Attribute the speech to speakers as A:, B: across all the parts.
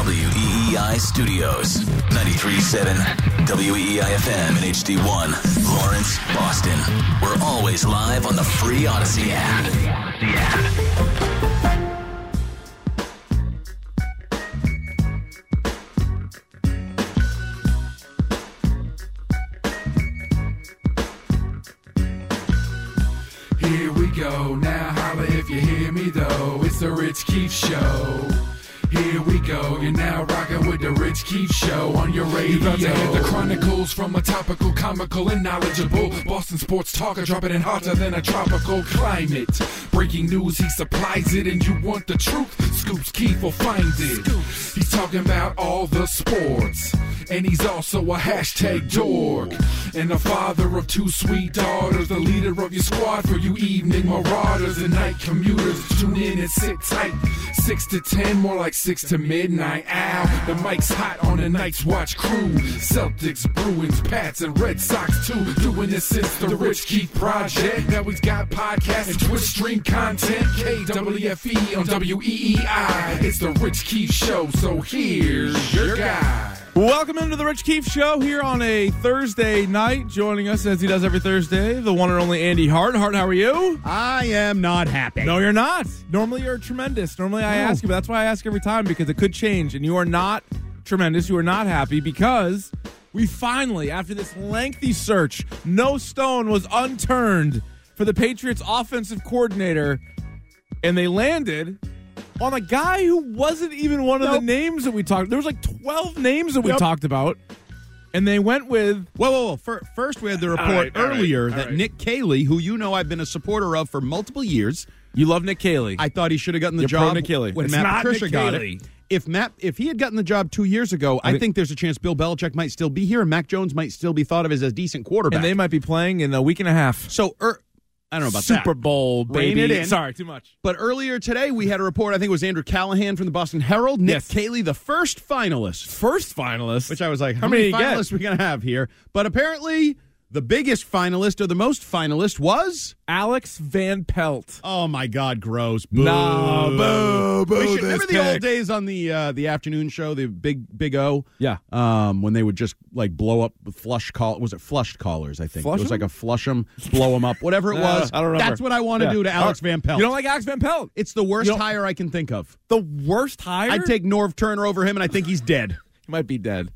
A: WEEI E Studios, 93.7, WEEI FM and HD1, Lawrence, Boston. We're always live on the free Odyssey app.
B: Here we go. Now holla if you hear me though. It's the Rich Keefe Show. Here we go. You're now rocking with the Rich Keefe Show on your radio. You about to hear the chronicles from a topical, comical, and knowledgeable Boston sports talker, dropping in hotter than a tropical climate. Breaking news, he supplies it, and you want the truth. Scoops Keefe will find it. He's talking about all the sports. And he's also a hashtag dork. And a father of two sweet daughters. The leader of your squad for you evening marauders and night commuters. Tune in and sit tight. Six to ten, more like six to midnight. Ow, the mic's hot on the Night's Watch crew. Celtics, Bruins, Pats, and Red Sox too. Doing this since the Rich Keith Project. Now he's got podcasts and Twitch stream content. KWFE E on WEEI. It's the Rich Keith Show. So here's your guy.
C: Welcome into the Rich Keefe Show here on a Thursday night. Joining us as he does every Thursday, the one and only Andy Hart. Hart, how are you?
D: I am not happy.
C: No, you're not. Normally, you're tremendous. Normally, I ask you, but that's why I ask every time because it could change. And you are not tremendous. You are not happy because we finally, after this lengthy search, no stone was unturned for the Patriots' offensive coordinator, and they landed. On a guy who wasn't even one of
D: Nope.
C: the names that we talked. There was like twelve names that we
D: Yep.
C: talked about, and they went with
D: Whoa, whoa, whoa. Fir- First, we had the report
C: right, all right,
D: earlier
C: all
D: that
C: right.
D: Nick Cayley, who you know I've been a supporter of for multiple years,
C: You love Nick Cayley.
D: I thought he should have gotten the
C: You're pro
D: job
C: Nick Cayley.
D: when
C: It's
D: Matt
C: not
D: Patricia
C: Nick
D: got
C: Cayley.
D: it. If Matt, if he had gotten the job two years ago, I,
C: think-
D: think, there's a chance Bill Belichick might still be here, and Mac Jones might still be thought of as a decent quarterback.
C: and they might be playing in a week and a half.
D: so, er, I don't know about that.
C: Super Bowl,
D: Rein
C: baby.
D: it in.
C: Sorry, too much.
D: But earlier today, we had a report. I think it was Andrew Callahan from the Boston Herald. Nick
C: Yes.
D: Cayley, the first finalist
C: First finalist.
D: which I was like, how,
C: How many
D: many,
C: you get?
D: finalists we gonna have here? But apparently, the biggest finalist or the most finalist was
C: Alex Van Pelt.
D: oh my god, gross, boo,
C: Nah, boo, boo
D: We should
C: this
D: remember
C: pick.
D: the old days on the uh, the afternoon show, the big big O,
C: Yeah.
D: um, when they would just like blow up with flush call. Was it flushed callers? I think
C: Flush
D: it was
C: 'em?
D: like a flush them, blow them up, whatever it was.
C: Uh, I don't remember.
D: That's what I want to
C: Yeah.
D: do to Alex
C: All right.
D: Van Pelt.
C: You don't like Alex Van Pelt?
D: it's the worst
C: You don't-
D: hire I can think of.
C: the worst hire.
D: I'd take Norv Turner over him, and I think he's dead.
C: He might be dead.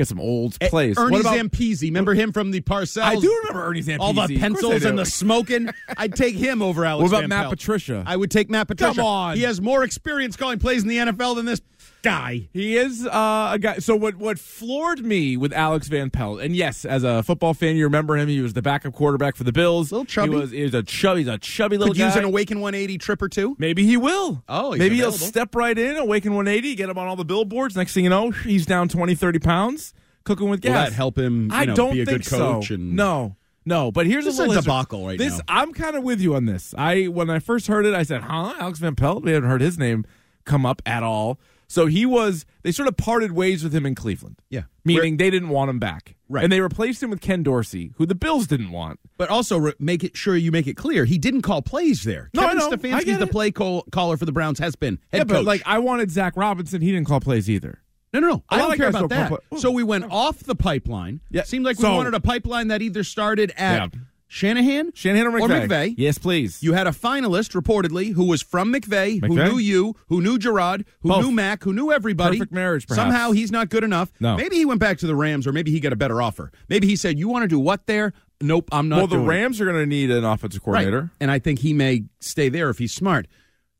C: Get some old plays.
D: Ernie
C: what about,
D: Zampezi, remember him from the Parcells?
C: I do remember Ernie Zampezi.
D: all
C: Of
D: the
C: course I
D: pencils
C: do.
D: and the smoking. I'd take him over Alex.
C: What about
D: Van
C: Matt
D: Pelt.
C: Patricia?
D: I would take Matt Patricia.
C: Come on.
D: he has more experience calling plays in the NFL than this guy.
C: He is uh, a guy. So what? What floored me with Alex Van Pelt, and yes, as a football fan, you remember him. He was the backup quarterback for the Bills.
D: Little chubby.
C: He was. He was a chubby. He's a chubby little
D: Could
C: guy.
D: use an Awaken 180 trip or two.
C: Maybe he will.
D: Oh, he's
C: maybe he'll
D: available.
C: step right in, awaken 180, get him on all the billboards. Next thing you know, he's down 20, 30 pounds, cooking with gas.
D: Will that help him, you
C: I
D: know,
C: don't
D: be a
C: think
D: good coach
C: So.
D: and-
C: No, no. But here's
D: This is
C: a
D: a
C: little history.
D: debacle right
C: this,
D: now.
C: I'm kind of with you on this. I when I first heard it, I said, "Huh, Alex Van Pelt." We haven't heard his name come up at all. So he was. They sort of parted ways with him in Cleveland.
D: Yeah.
C: meaning they didn't want him back.
D: Right.
C: and they replaced him with Ken Dorsey, who the Bills didn't want.
D: But also re- make it sure you make it clear he didn't call plays there.
C: No, I
D: Kevin
C: know. I
D: Stefanski's
C: get
D: the
C: it.
D: play call- caller for the Browns has been head
C: yeah,
D: coach.
C: but like I wanted Zach Robinson. He didn't call plays either.
D: no, no, no.
C: A
D: I
C: lot
D: don't
C: of
D: care
C: guys
D: about
C: don't call
D: that.
C: play-
D: So we went off the pipeline.
C: Yeah.
D: Seemed like
C: So-
D: we wanted a pipeline that either started at
C: Yeah.
D: Shanahan,
C: Shanahan or McVay?
D: McVay.
C: Yes, please.
D: You had a finalist reportedly who was from McVeigh, who
C: McVay?
D: knew you, who knew Gerard, who
C: Both.
D: knew Mac, who knew everybody.
C: Perfect marriage, perhaps.
D: Somehow he's not good enough.
C: No.
D: Maybe he went back to the Rams, or maybe he got a better offer. Maybe he said, "You want to do what there? Nope, I'm not."
C: well, the
D: doing it."
C: Rams are going to need an offensive
D: Right.
C: coordinator.
D: and I think he may stay there if he's smart.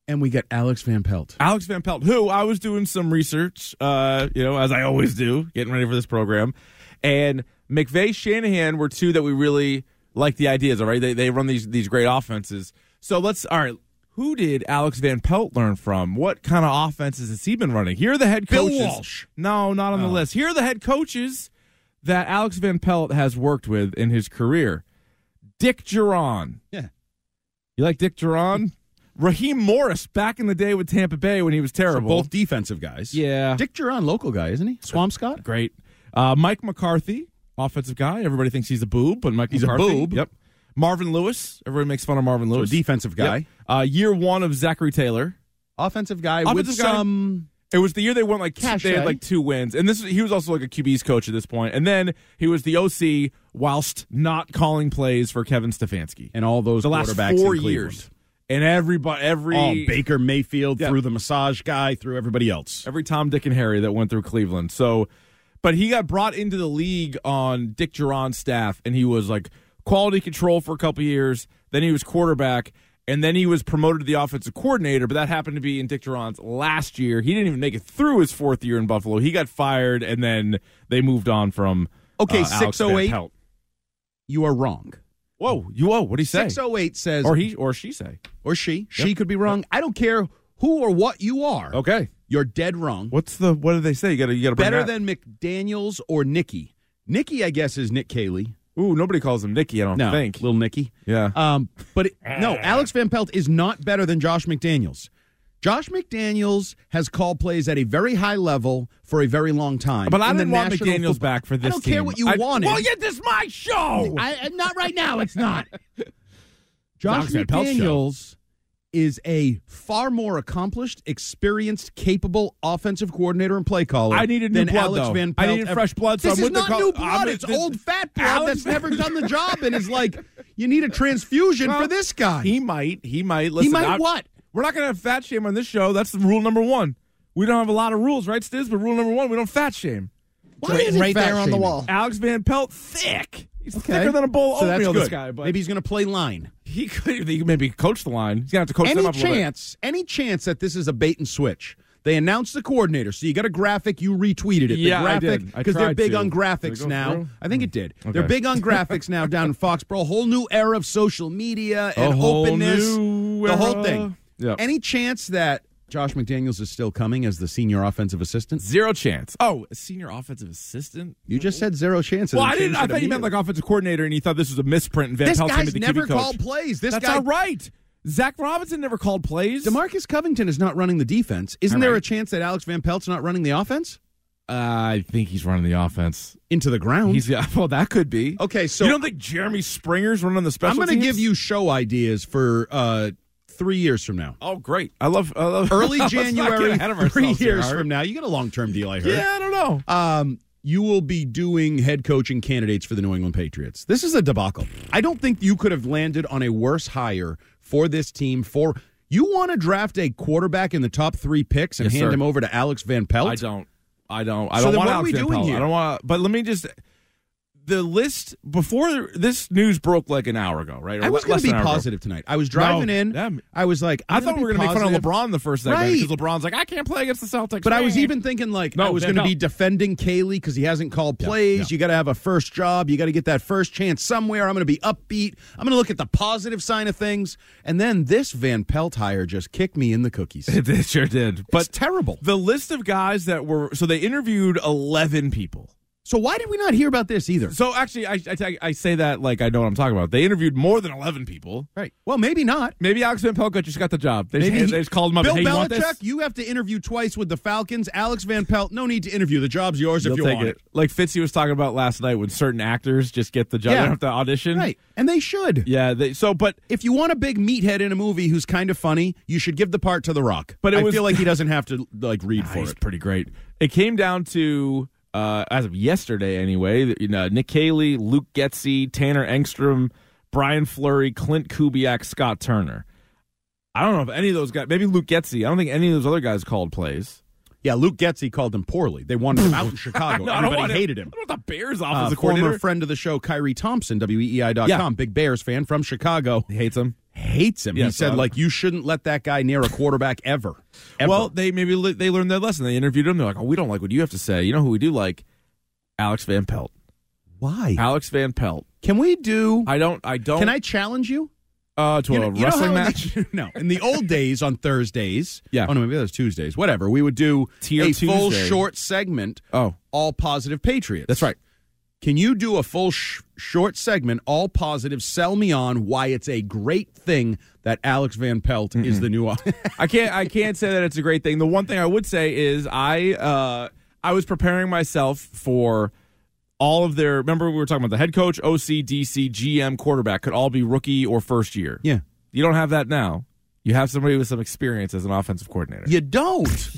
D: And we got Alex Van Pelt.
C: Alex Van Pelt, who I was doing some research, uh, you know, as I always do, getting ready for this program, and McVay Shanahan were two that we really like the ideas. All right, they they run these these great offenses. So let's all right. Who did Alex Van Pelt learn from? What kind of offenses has he been running? Here are the head
D: Bill
C: coaches.
D: Walsh.
C: No, not
D: Oh.
C: on the list. Here are the head coaches that Alex Van Pelt has worked with in his career. Dick Duran.
D: Yeah.
C: You like Dick Duran? Raheem Morris back in the day with Tampa Bay when he was
D: So
C: terrible.
D: both defensive guys.
C: yeah.
D: Dick Duran, local guy, isn't he? Swampscott.
C: Great. Uh, Mike McCarthy, offensive guy. Everybody thinks he's a boob, but Mike
D: He's a
C: McCarthy.
D: boob.
C: Yep. Marvin Lewis. Everybody makes fun of Marvin
D: So
C: Lewis.
D: defensive guy,
C: Yep. Uh, year one of Zachary Taylor.
D: offensive guy with
C: Offensive guy.
D: some
C: It was the year they won like two,
D: Cache.
C: they had like two wins, and this he was also like a QB's coach at this point, and then he was the OC whilst not calling plays for Kevin Stefanski.
D: And all those
C: the last
D: quarterbacks in
C: four
D: Cleveland.
C: years, and everybody, every
D: Oh, Baker Mayfield
C: Yeah.
D: through the massage guy, through everybody else.
C: every Tom, Dick, and Harry that went through Cleveland. So, but he got brought into the league on Dick Duran's staff, and he was like quality control for a couple years. Then he was quarterback, and then he was promoted to the offensive coordinator. But that happened to be in Dick Duran's last year. He didn't even make it through his fourth year in Buffalo. He got fired, and then they moved on from uh,
D: Okay,
C: Alex Van
D: 608.
C: Pelt.
D: You are wrong.
C: Whoa, you whoa, what do you say?
D: 608 says,
C: Or he or she say?
D: or she, she could be wrong. I don't care who or what you are.
C: Okay,
D: You're dead wrong.
C: what's the what do they say? You gotta you gotta bring
D: Better
C: that-
D: than McDaniels or Nikki. Nikki, I guess, is Nick Cayley.
C: ooh nobody calls him Nicky. I don't
D: No,
C: think.
D: little Nicky.
C: Yeah.
D: Um, but it, no, Alex Van Pelt is not better than Josh McDaniels. Josh McDaniels has called plays at a very high level for a very long time.
C: But I
D: in the
C: didn't want
D: National
C: McDaniels
D: Football-
C: back for this.
D: I don't care
C: team.
D: what you
C: I-
D: wanted.
C: Well, yeah, this is my show.
D: I, I'm not right now. It's not. Josh
C: Alex Van Pelt's
D: McDaniels is a far more accomplished, experienced, capable offensive coordinator and play caller.
C: I needed new
D: than
C: blood,
D: Alex
C: though.
D: Van
C: I
D: Pelt
C: needed
D: ever-
C: fresh blood, so
D: This
C: I'm
D: is
C: with the
D: not
C: co-
D: new
C: I'm
D: blood.
C: with
D: it's
C: the-
D: old fat blood
C: Alex
D: that's
C: Van-
D: never done the job and is like, you need a transfusion for this guy.
C: He might. He might. Listen,
D: might
C: I-
D: what?
C: We're not going to have fat shame on this show. That's the rule number one. We don't have a lot of rules, right, Stiz? But rule number one, we don't fat shame.
D: Why
E: Right,
D: is it
E: right
D: fat
E: there on the
D: shaming?
E: wall.
C: Alex Van Pelt, thick. He's
D: Oh. Okay.
C: thicker than a bowl of
D: so that's
C: oatmeal.
D: good.
C: This guy, but
D: maybe he's going to play line.
C: he could. He could maybe coach the line. He's going to have to coach them
D: any
C: up a little bit.
D: chance, any chance that this is a bait and switch? They announced the coordinator, so you got a graphic. You retweeted it.
C: Yeah,
D: the
C: I
D: graphic,
C: did. I
D: Because they're
C: tried
D: big
C: to.
D: on
C: Did it
D: graphics
C: go
D: now.
C: through? Hmm.
D: I think it did.
C: Okay.
D: They're big on graphics now down in Foxborough. Whole new era of social media and
C: A whole
D: openness.
C: new
D: the whole
C: era.
D: thing.
C: Yep.
D: Any chance that Josh McDaniels is still coming as the senior offensive assistant?
C: Zero chance. Oh, a senior offensive assistant.
D: You just said zero chance. and
C: Well,
D: then
C: I didn't.
D: changed
C: I thought
D: it
C: you meant
D: immediately.
C: like offensive coordinator, and you thought this was a misprint. And Van
D: This
C: Pelt's gonna
D: guy's
C: be the
D: never
C: QB coach.
D: called plays. This
C: That's
D: guy
C: all right. Zach Robinson never called plays.
D: Demarcus Covington is not running the defense. Isn't
C: All
D: there a
C: right.
D: chance that Alex Van Pelt's not running the offense
C: Uh, I think he's running the offense.
D: into the ground?
C: He's yeah, well, that could be.
D: Okay, so-
C: you don't think Jeremy Springer's running the
D: I'm
C: special?
D: going to
C: teams?
D: give you show ideas for uh, three years from now.
C: Oh, great! I love. I love
D: Early
C: Let's not get
D: January,
C: ahead of
D: three
C: ourselves here,
D: years
C: Howard.
D: from now. You get a long term deal, I heard.
C: Yeah, I don't know.
D: Um, you will be doing head coaching candidates for the New England Patriots. This is a debacle. I don't think you could have landed on a worse hire for this team. For you want to draft a quarterback in the top three picks and
C: Yes,
D: hand
C: sir.
D: him over to Alex Van Pelt?
C: I don't. I don't. I
D: So
C: don't want
D: then what are
C: Alex
D: we
C: Van
D: doing
C: Pelt.
D: here?
C: I don't want. But let me just. The list before this news broke like an hour ago, right? Or
D: I was
C: going to
D: be positive tonight. I was driving
C: No,
D: in.
C: damn.
D: I was like,
C: I
D: I'm
C: thought
D: gonna
C: we were
D: be
C: going to make fun of
D: positive.
C: LeBron the first segment
D: Right.
C: because LeBron's like, I can't play against the Celtics.
D: But I was
C: Man.
D: even thinking like
C: No,
D: I was
C: Van
D: going to be
C: Pelt.
D: defending Kaylee because he hasn't called plays. You got to have a first job. You got to get that first chance somewhere. I'm going to be upbeat. I'm going to look at the positive side of things. And then this Van Pelt hire just kicked me in the cookies.
C: It, it sure did. But
D: terrible.
C: The list of guys that were so they interviewed eleven people.
D: So why did we not hear about this either?
C: So actually, I, I I say that like I know what I'm talking about. They interviewed more than eleven people.
D: Right. Well, maybe not.
C: Maybe Alex Van Pelka just got the job. They,
D: Maybe
C: just,
D: he-
C: they just called him up.
D: Bill
C: hey, you want this?
D: Belichick, you have to interview twice with the Falcons. Alex Van Pelt, no need to interview. The job's yours
C: They'll
D: if you
C: take
D: want
C: it. Like Fitzy was talking about last night when certain actors just get the job.
D: Yeah.
C: They don't have to audition.
D: Right. And they should.
C: Yeah. They, so, but
D: If you want a big meathead in a movie who's kind of funny, you should give the part to The Rock.
C: But it
D: I
C: was-
D: feel like he doesn't have to like read
C: Ah,
D: for
C: he's
D: it.
C: pretty great. It came down to uh, as of yesterday, anyway. that, You know, Nick Haley, Luke Getzey, Tanner Engstrom, Brian Flurry, Clint Kubiak, Scott Turner. I don't know if any of those guys. Maybe Luke Getzey. I don't think any of those other guys called plays.
D: Yeah, Luke Getzey called him poorly. They wanted him out in Chicago.
C: No, I don't want
D: Everybody hated him.
C: I don't want the Bears
D: Uh,
C: offensive
D: former
C: coordinator
D: friend of the show, Kyrie Thompson, E weei.com,
C: Yeah.
D: big Bears fan from Chicago,
C: He hates him.
D: hates him. he
C: Yes,
D: said,
C: uh,
D: like, you shouldn't let that guy near a quarterback ever. Ever.
C: Well, they maybe le- they learned their lesson. They interviewed him. They're like, "Oh, we don't like what you have to say. You know who we do like? Alex Van Pelt.
D: why?
C: Alex Van Pelt.
D: Can we do?
C: I don't. I don't.
D: Can I challenge you?
C: Uh, to
D: You
C: a
D: know- you know
C: wrestling
D: how in
C: match.
D: the- no, in the old days on Thursdays.
C: Yeah.
D: Oh no, maybe that was Tuesdays. Whatever. We would do
C: Tier
D: a full
C: Tuesday.
D: short segment.
C: Oh.
D: all positive Patriots.
C: That's right.
D: Can you do a full sh- short segment, all positive? Sell me on why it's a great thing that Alex Van Pelt is the new.
C: I can't. I can't say that it's a great thing. The one thing I would say is I. Uh, I was preparing myself for all of their. Remember, we were talking about the head coach, OC, DC, GM, quarterback could all be rookie or first year.
D: yeah.
C: You don't have that now. You have somebody with some experience as an offensive coordinator.
D: You don't.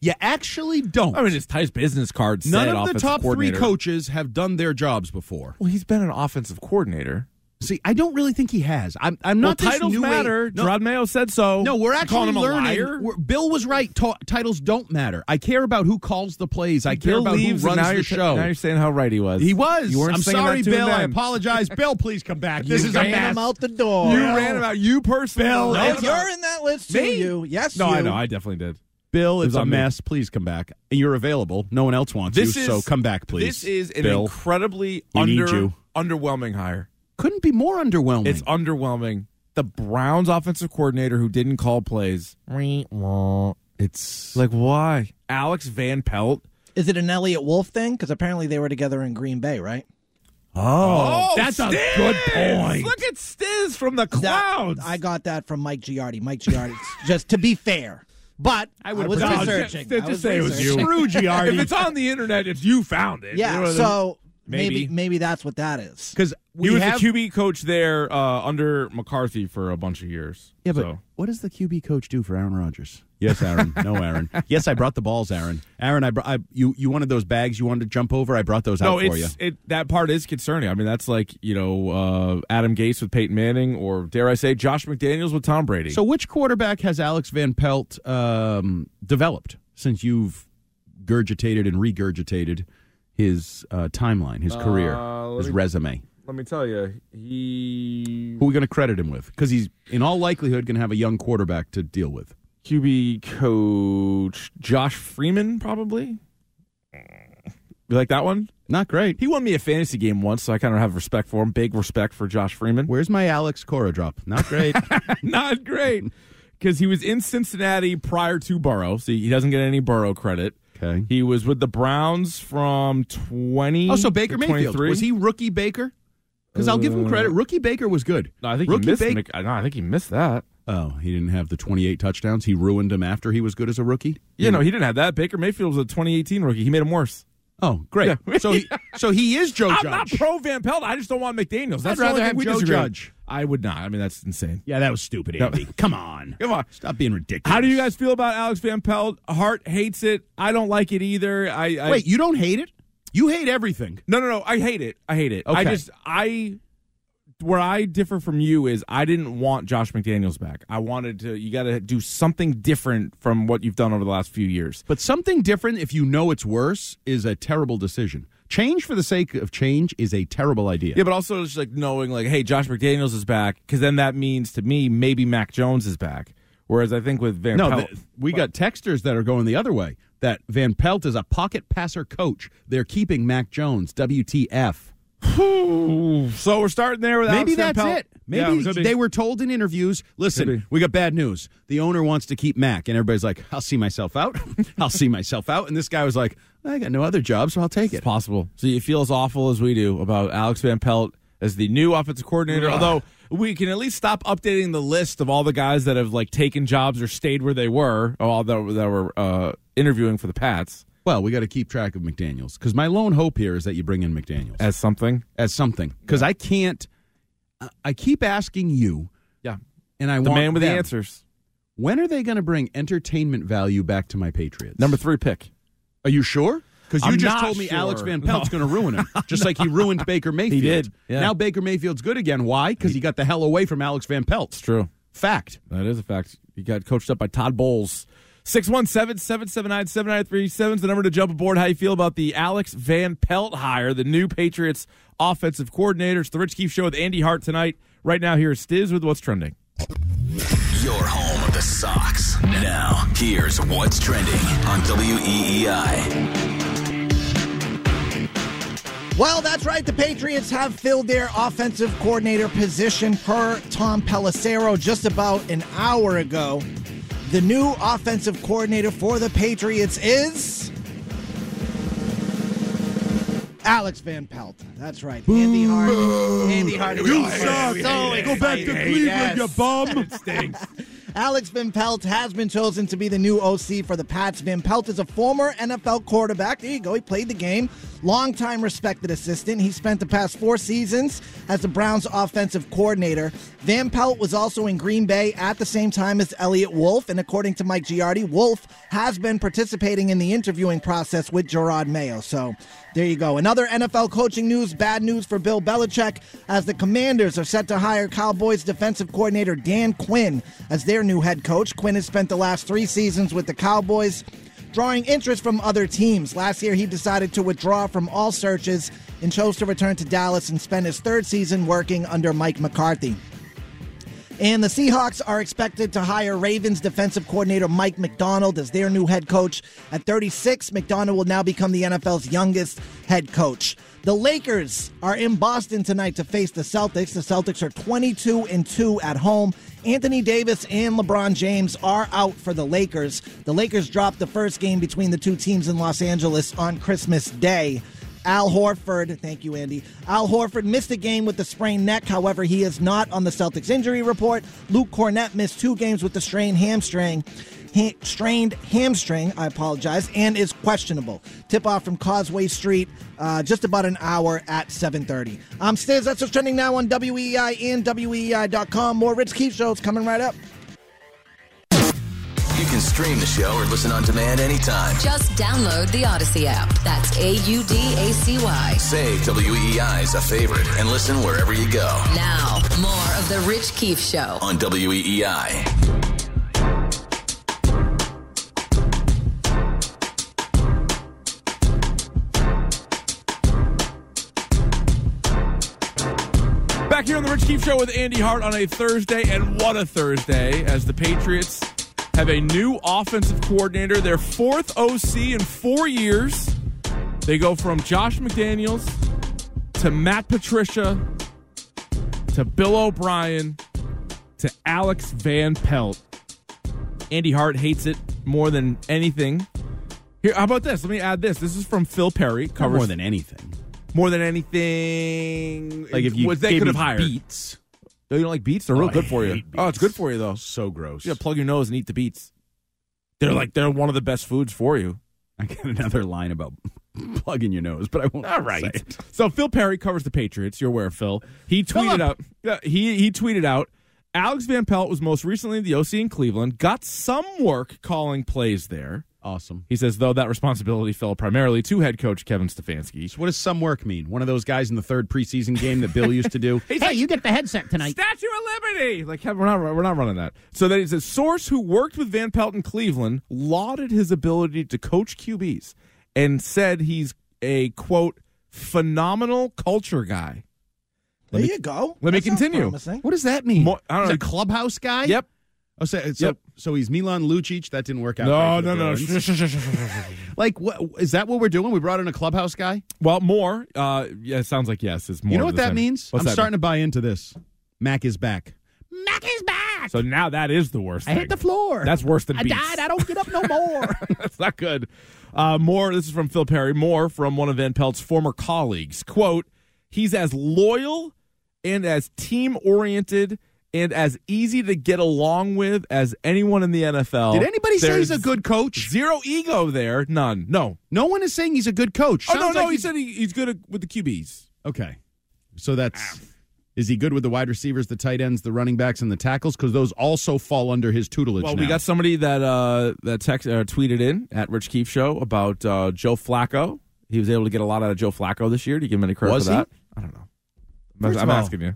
D: you actually don't.
C: I mean, it's Ty's business card. said
D: None of the
C: offensive
D: top three
C: coordinator.
D: coaches have done their jobs before.
C: Well, he's been an offensive coordinator.
D: See, I don't really think he has. I'm, I'm
C: Well,
D: not this
C: titles
D: new way-
C: matter.
D: No,
C: Gerard Mayo said so.
D: No,
C: Oh,
D: we're
C: You
D: actually
C: calling him a
D: learning.
C: liar?
D: we're- Bill was right. Ta- titles don't matter. I care about who calls the plays. I care
C: Bill
D: about
C: leaves,
D: who
C: and
D: runs
C: now
D: the
C: you're t-
D: show.
C: now you're saying how right he was.
D: he was.
C: You weren't
D: I'm
C: singing
D: sorry,
C: that tune
D: Bill. I
C: then.
D: apologize. Bill, please come back. This is a
C: ran
D: mess.
C: him out
E: the door.
C: You ran about you personally.
D: Bill,
C: No,
E: Oh,
D: it's
E: you're in that list too.
D: Me?
E: You. Yes,
C: no,
E: you.
C: I know. I definitely did.
D: Bill,
C: It
D: it's
C: was
D: a
C: on me.
D: mess. Please come back. You're available. No one else wants you, so come back, please.
C: This is an
D: Bill.
C: incredibly
D: we need
C: under,
D: you.
C: underwhelming hire.
D: Couldn't be more underwhelming.
C: It's underwhelming. The Browns offensive coordinator who didn't call plays.
D: it's
C: Like why? Alex Van Pelt.
E: Is it an Elliot Wolf thing? Because apparently they were together in Green Bay, right?
D: oh, that's
C: Stiz!
D: a good point.
C: Look at Stiz from the
E: That-
C: clouds.
E: I got that from Mike Giardi. Mike Giardi. just to be fair, but I,
D: would've
E: was
D: probably-
E: researching.
C: Just-
E: I
C: just say it was you.
E: researching.
D: Screw
C: if
D: Giardi.
C: it's on the internet, it's you found it. You know
E: Yeah.
C: what I mean?
E: So
C: Maybe.
E: maybe. maybe that's what that is.
D: Because we
C: he was
D: have
C: the QB coach there uh, under McCarthy for a bunch of years.
D: Yeah, but
C: So-
D: what does the QB coach do for Aaron Rodgers? Yes, Aaron. No, Aaron. Yes, I brought the balls, Aaron. Aaron, I, br- I you you wanted those bags. You wanted to jump over. I brought those
C: no,
D: out for you.
C: it's it that part is concerning. I mean, that's like you know uh, Adam Gase with Peyton Manning, or dare I say Josh McDaniels with Tom Brady.
D: So, which quarterback has Alex Van Pelt um, developed since you've gurgitated and regurgitated his uh, timeline, his career,
C: Uh, let
D: his
C: me-
D: resume?
C: let me tell you, he
D: Who are we going to credit him with? Because he's in all likelihood going to have a young quarterback to deal with.
C: QB coach Josh Freeman probably. You like that one?
D: Not great.
C: He won me a fantasy game once, so I kind of have respect for him. Big respect for Josh Freeman.
D: Where's my Alex Cora drop? Not great.
C: Not great because he was in Cincinnati prior to Burrow, so he doesn't get any Burrow credit.
D: Okay.
C: He was with the Browns from 20.
D: Oh, so Baker
C: to
D: Mayfield
C: 23.
D: was he rookie Baker? Because I'll give him
C: Uh,
D: credit. Rookie Baker was good.
C: No, I think
D: rookie
C: he missed.
D: Bak-
C: Mc- no, I think he missed that.
D: Oh, he didn't have the 28 touchdowns. He ruined him after he was good as a rookie.
C: Yeah, no, he didn't have that. Baker Mayfield was a 2018 rookie. He made him worse.
D: Oh, great.
C: Yeah.
D: so, he, so he is Joe
C: I'm
D: Judge.
C: not pro Van Pelt. I just don't want McDaniel's. That's
D: I'd
C: the only
D: rather
C: thing
D: have
C: we
D: Joe
C: disagree on.
D: Judge.
C: I would not. I mean, that's insane.
D: yeah, that was stupid,
C: No.
D: Andy. Come on,
C: Come on.
D: stop being ridiculous.
C: How do you guys feel about Alex Van Pelt? Hart hates it. I don't like it either. I, I
D: Wait, you don't hate it? You hate everything.
C: No, no, no. I hate it. I hate it. I
D: Okay.
C: just I where I differ from you is I didn't want Josh McDaniels back. I wanted to you got to do something different from what you've done over the last few years.
D: But something different, if you know it's worse, is a terrible decision. Change for the sake of change is a terrible idea.
C: Yeah, but also just like knowing like hey, Josh McDaniels is back cuz then that means to me maybe Mac Jones is back. Whereas I think with Van
D: No,
C: Pelt
D: th- we got texters that are going the other way. That Van Pelt is a pocket passer coach. They're keeping Mac Jones. WTF?
C: so we're starting there with
D: Maybe
C: Alex Van
D: that's
C: Pelt.
D: it. Maybe
C: Yeah, could be.
D: they were told in interviews,
C: Could
D: listen,
C: be.
D: we got bad news. The owner wants to keep Mac. And everybody's like, I'll see myself out. I'll see myself out. And this guy was like, I got no other job, so I'll take
C: It's
D: it.
C: possible. So you feel as awful as we do about Alex Van Pelt as the new offensive coordinator, although we can at least stop updating the list of all the guys that have like taken jobs or stayed where they were, or all that, that were uh, interviewing for the Pats
D: Well, we got to keep track of McDaniels because my lone hope here is that you bring in McDaniels as,
C: as something.
D: something because I can't. I- I keep asking you,
C: Yeah.
D: and I
C: The
D: want
C: man with
D: them.
C: the answers.
D: When are they going to bring entertainment value back to my Patriots?
C: Number three pick.
D: Are you sure? Because you
C: I'm
D: just
C: not
D: told me
C: sure.
D: Alex Van Pelt's going to ruin him, just like he ruined Baker Mayfield.
C: did, yeah.
D: Now Baker Mayfield's good again. Why? Because he got the hell away from Alex Van Pelt.
C: It's true.
D: Fact.
C: That is a fact. He got coached up by Todd Bowles. 617 779 7937 is the number to jump aboard. How you feel about the Alex Van Pelt hire, the new Patriots offensive coordinator? It's the Rich Keefe Show with Andy Hart tonight. Right now, here is Stiz with What's Trending.
A: Your home of the Sox. Now, here's what's trending on E WEEI.
E: Well, that's right. The Patriots have filled their offensive coordinator position per Tom Pelissero just about an hour ago. The new offensive coordinator for the Patriots is Alex Van Pelt. That's right. Andy Hart. Andy Hart. You suck. So Go
D: back to Cleveland, you bum.
E: I Alex Van Pelt has been chosen to be the new OC for the Pats. Van Pelt is a former NFL quarterback. There you go. He played the game. Longtime respected assistant. He spent the past four seasons as the Browns offensive coordinator. Van Pelt was also in Green Bay at the same time as Elliot Wolf. And according to Mike Giardi, Wolf has been participating in the interviewing process with Gerard Mayo. So there you go. Another NFL coaching news. Bad news for Bill Belichick as the Commanders are set to hire Cowboys defensive coordinator Dan Quinn as their new head coach. Quinn has spent the last three seasons with the Cowboys, drawing interest from other teams. Last year, he decided to withdraw from all searches and chose to return to Dallas and spend his third season working under Mike McCarthy. And the Seahawks are expected to hire Ravens defensive coordinator Mike McDonald as their new head coach. At 36, McDonald will now become the NFL's youngest head coach. The Lakers are in Boston tonight to face the Celtics. The Celtics are 22 and 2 at home. Anthony Davis and LeBron James are out for the Lakers. The Lakers dropped the first game between the two teams in Los Angeles on Christmas Day. Al Horford, thank you, Andy. Al Horford missed a game with the sprained neck. However, he is not on the Celtics injury report. Luke Cornett missed two games with the strained hamstring. Ha- strained hamstring, I apologize, and is questionable. Tip off from Causeway Street, uh, just about an hour at 7.30. I'm Stiz. That's what's trending now on WEI and E WEI.com. More Rich Keefe shows coming right up.
A: You can stream the show or listen on demand anytime.
F: Just download the Odyssey app. That's A U D A C Y.
A: Say WEEI is a favorite and listen wherever you go
F: Now, more of The Rich Keefe Show.
A: on E WEEI.
C: Back here on the Rich Keefe Show with Andy Hart on a Thursday, and what a Thursday! As the Patriots have a new offensive coordinator, their fourth OC in four years. They go from Josh McDaniels to Matt Patricia to Bill O'Brien to Alex Van Pelt. Andy Hart hates it more than anything. Here, how about this? Let me add this. This is from Phil Perry. Covers
D: more than anything.
C: more than anything.
D: Like if you
C: was they
D: gave
C: could have
D: me
C: hired.
D: beats,
C: No, you don't like beets? They're real
D: I
C: good for you.
D: hate
C: Oh, it's
D: beets.
C: good for you though. You
D: so gross.
C: gotta plug your nose and eat the beets. They're like they're one of the best foods for you.
D: I got another line about plugging your nose, but I won't. All right.
C: So Phil Perry covers the Patriots. You're aware of Phil. He tweeted
D: Philip.
C: out. yeah, He he tweeted out. Alex Van Pelt was most recently the OC in Cleveland. Got some work calling plays there.
D: Awesome.
C: He says though that responsibility fell primarily to head coach Kevin Stefanski.
D: So what does some work mean? One of those guys in the third preseason game that Bill used to do.
G: Hey, you get the headset tonight.
C: Statue of Liberty. Like Kevin, we're not we're not running that. So then he says, source who worked with Van Pelt in Cleveland lauded his ability to coach QBs and said he's a quote phenomenal culture guy.
E: There you go.
C: let me
E: sounds
C: continue.
E: promising.
D: What does that mean?
C: Mo- I don't
D: He's
C: know.
D: a clubhouse guy.
C: Yep.
D: Oh, so, so,
C: Yep.
D: so he's Milan Lucic. That didn't work out.
C: No,
D: great for
C: no,
D: the
C: no.
D: Bruins. Like, what is that? What we're doing? We brought in a clubhouse guy.
C: well, more. Uh, yeah, it sounds like yes. It's more.
D: you know
C: of
D: what
C: the
D: that
C: same.
D: means?
C: What's
D: I'm
C: that
D: starting to buy into this. Mac is back.
G: Mac is back.
C: mean? So now that is the worst.
G: I
C: thing.
G: hit the floor.
C: That's worse than
G: I
C: beats.
G: died. I don't get up no more.
C: That's not good. Uh, more, this is from Phil Perry. More from one of Van Pelt's former colleagues. Quote, he's as loyal and as team oriented and as easy to get along with as anyone in the NFL.
D: Did anybody say he's
C: Oh, There's
D: a good coach?
C: Zero ego there. None. No.
D: No one is saying he's a good coach.
C: oh, no,
D: Sounds
C: no.
D: like
C: he said he, he's good at, with the QBs.
D: Okay. So that's is he good with the wide receivers, the tight ends, the running backs, and the tackles? Because those also fall under his tutelage.
C: Well, we
D: now.
C: got somebody that uh, that text, uh, tweeted in at Rich Keefe Show about uh, Joe Flacco. He was able to get a lot out of Joe Flacco this year. Do you give him any credit
D: Was
C: for
D: he?
C: that? I don't know. I'm-
D: First of
C: I'm
D: all,
C: asking you.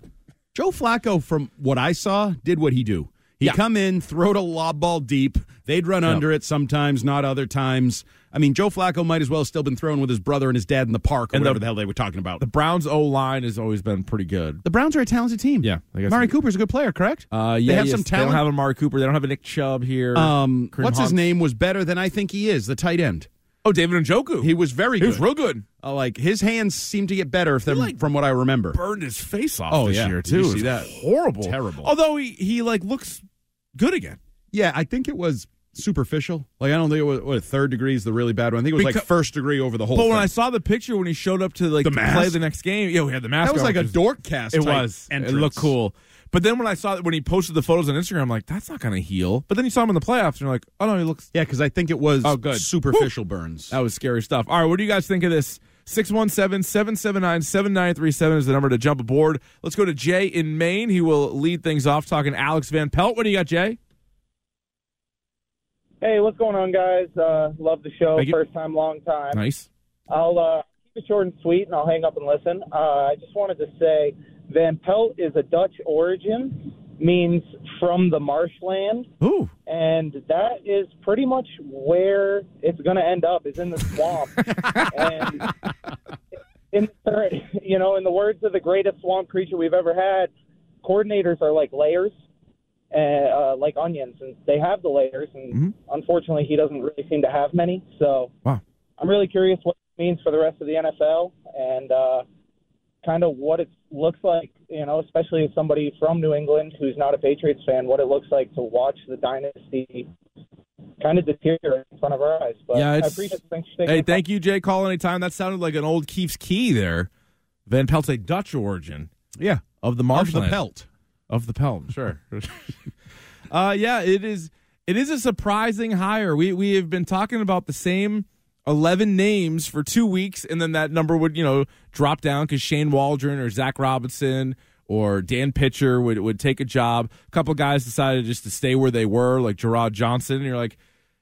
D: Joe Flacco, from what I saw, did what he do. He
C: Yeah.
D: would come in, throw the lob ball deep. They'd run under it sometimes, not other times. I mean, Joe Flacco might as well have still been thrown with his brother and his dad in the park or
C: And the-
D: whatever the, hell they were talking about.
C: The
D: The,
C: Browns O line has always been pretty good.
D: Browns are a talented team.
C: Yeah, I guess
D: Mari
C: they-
D: Cooper's a good player, correct?
C: Uh, yeah,
D: they have
C: yes,
D: some
C: They don't have
D: talent.
C: a Mark Cooper. They don't have a Nick Chubb here.
D: um,
C: Kareem
D: what's his
C: Hunt.
D: name was better than I think he is. The tight end.
C: Oh, David Njoku.
D: He was very
C: he
D: good.
C: was real good.
D: Uh, like his hands seem to get better if them,
C: like,
D: from what I remember.
C: Burned his face off
D: Oh,
C: this
D: yeah.
C: year
D: Did you
C: too.
D: see
C: It was
D: that?
C: Horrible,
D: Terrible.
C: Although he he like looks good again.
D: Yeah, I think it was superficial. Like I don't think it was what, third degree is the really bad one. I think it was
C: Because-
D: like first degree over the whole.
C: But when
D: thing.
C: I saw the picture when he showed up to like
D: The
C: to
D: mask?
C: play the next game, yeah, we had the mask.
D: that was
C: on,
D: like a
C: which was-
D: dork cast.
C: It
D: type
C: was.
D: Entrance.
C: It looked cool. But then when I saw when he posted the photos on Instagram, I'm like, that's not going to heal. But then you saw him in the playoffs, and you're like, oh no, he looks.
D: Yeah, because I think it was
C: Oh, good.
D: superficial burns.
C: That was scary stuff. All right, what do you guys think of this? 617 779 7937 is the number to jump aboard. Let's go to Jay in Maine. He will lead things off talking Alex Van Pelt. What do you got, Jay?
H: Hey, what's going on, guys? Uh, love the show.
C: Thank you.
H: First time, long time.
C: Nice.
H: I'll uh, keep it short and sweet, and I'll hang up and listen. Uh, I just wanted to say Van Pelt is a Dutch origin, means from the marshland,
C: Ooh.
H: and that is pretty much where it's going to end up. Is in the swamp. and in you know, in the words of the greatest swamp creature we've ever had, coordinators are like layers. Uh, uh, like onions, and they have the layers, and unfortunately, he doesn't really seem to have many. So,
C: Wow.
H: I'm really curious what it means for the rest of the NFL and uh, kind of what it looks like, you know, especially as somebody from New England who's not a Patriots fan, what it looks like to watch the dynasty kind of deteriorate in front of our eyes. But
C: Yeah,
H: I
C: it's-
H: appreciate it. Thanks for taking
C: Hey,
H: the time.
C: thank you, Jay. Call anytime. That sounded like an old Keefe's key there. Van Pelt's a Dutch origin
D: yeah,
C: of the
D: of the
C: marshland.
D: pelt.
C: of the Pelham, sure. uh, yeah, it is. It is a surprising hire. We we have been talking about the same eleven names for two weeks, and then that number would you know drop down because Shane Waldron or Zach Robinson or Dan Pitcher would would take a job. A couple guys decided just to stay where they were, like Gerard Johnson. And you're like,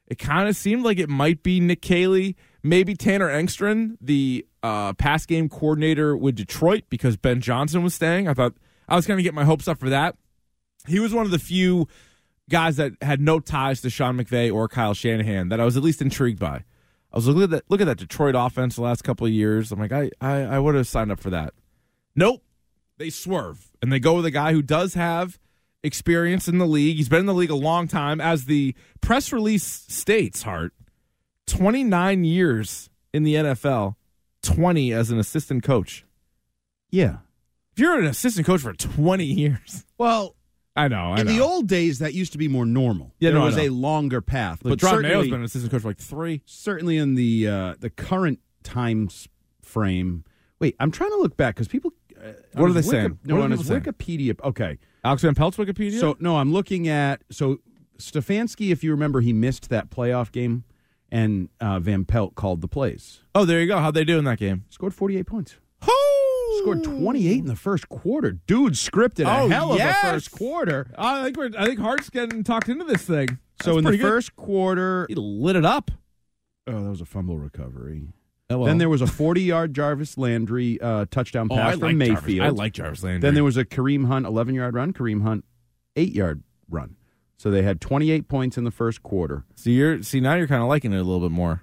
C: it kind of seemed like it might be Nick Cayley, maybe Tanner Engstrom, the uh, pass game coordinator with Detroit, because Ben Johnson was staying. I thought I was going to get my hopes up for that. He was one of the few guys that had no ties to Sean McVay or Kyle Shanahan that I was at least intrigued by. I was like, look at that, look at that Detroit offense the last couple of years. I'm like, I, I, I would have signed up for that. Nope. They swerve and they go with a guy who does have experience in the league. He's been in the league a long time. As the press release states, Hart, 29 years in the NFL, 20 as an assistant coach.
D: Yeah.
C: If you're an assistant coach for 20 years,
D: Well,
C: I know. I
D: in
C: know.
D: the old days, that used to be more normal.
C: Yeah,
D: there
C: no, I
D: was
C: know.
D: a longer path,
C: Look,
D: but
C: John
D: certainly,
C: Mayo's been an assistant coach for like three.
D: certainly in the uh, the current time s- frame. Wait, I'm trying to look back because people. Uh,
C: What
D: on
C: are
D: his
C: they
D: Wiki-
C: saying?
D: No,
C: What are
D: on
C: people
D: his
C: saying?
D: Wikipedia. Okay,
C: Alex Van Pelt's Wikipedia.
D: so no, I'm looking at so Stefanski. If you remember, he missed that playoff game, and uh, Van Pelt called the plays.
C: oh, there you go. How'd they do in that game?
D: Scored 48 points. Scored 28 in the first quarter. Dude scripted a
C: Oh,
D: hell
C: yes!
D: of a first quarter.
C: I think we're. I think Hart's getting talked into this thing.
D: So in the first quarter,
C: he lit it up.
D: oh, that was a fumble recovery. Then there was a 40-yard Jarvis Landry uh, touchdown
C: Oh,
D: pass
C: I
D: from
C: like Jarvis-
D: Mayfield.
C: I like Jarvis Landry.
D: Then there was a Kareem Hunt 11-yard run, Kareem Hunt 8-yard run. So they had 28 points in the first quarter.
C: See, you're see now you're kind of liking it a little bit more.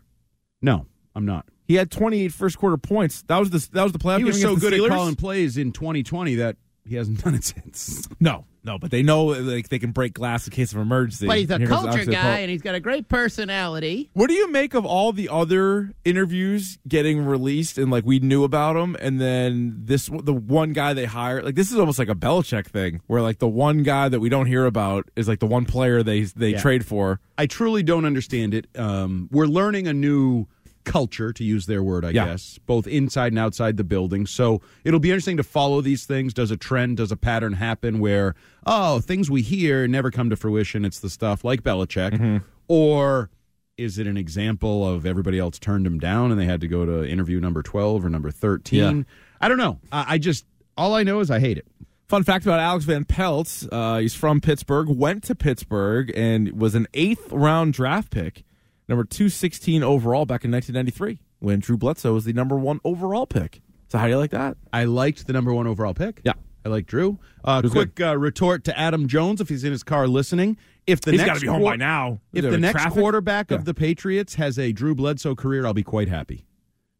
D: No, I'm not.
C: He had 28 first quarter points. That was the that was the playoff.
D: He
C: game
D: was so
C: against the
D: good at
C: Steelers?
D: calling plays in 2020 that he hasn't done it since.
C: No, no, but they know like they can break glass in case of emergency.
G: But he's a
C: Here comes
G: culture
C: Alex Van
G: guy,
C: Pelt.
G: and he's got a great personality.
C: What do you make of all the other interviews getting released and like we knew about them, and then this the one guy they hire? Like this is almost like a Belichick thing, where like the one guy that we don't hear about is like the one player they they
D: Yeah.
C: trade for.
D: I truly don't understand it. Um, we're learning a new culture, to use their word, I
C: Yeah.
D: guess, both inside and outside the building. So it'll be interesting to follow these things. Does a trend, does a pattern happen where, oh, things we hear never come to fruition? It's the stuff like Belichick. Or is it an example of everybody else turned him down and they had to go to interview number 12 or number 13?
C: Yeah.
D: I don't know. I, I just, all I know is I hate it.
C: Fun fact about Alex Van Pelt: uh, he's from Pittsburgh, went to Pittsburgh, and was an eighth round draft pick, number two sixteen overall back in nineteen ninety three when Drew Bledsoe was the number one overall pick. So how do you like that?
D: I liked the number one overall pick.
C: Yeah.
D: I like Drew. Uh,
C: was
D: quick uh, retort to Adam Jones if he's in his car listening. If the
C: He's
D: next
C: gotta be home
D: quar-
C: by now. Is
D: If the
C: there
D: next
C: traffic?
D: quarterback
C: Yeah.
D: of the Patriots has a Drew Bledsoe career, I'll be quite happy.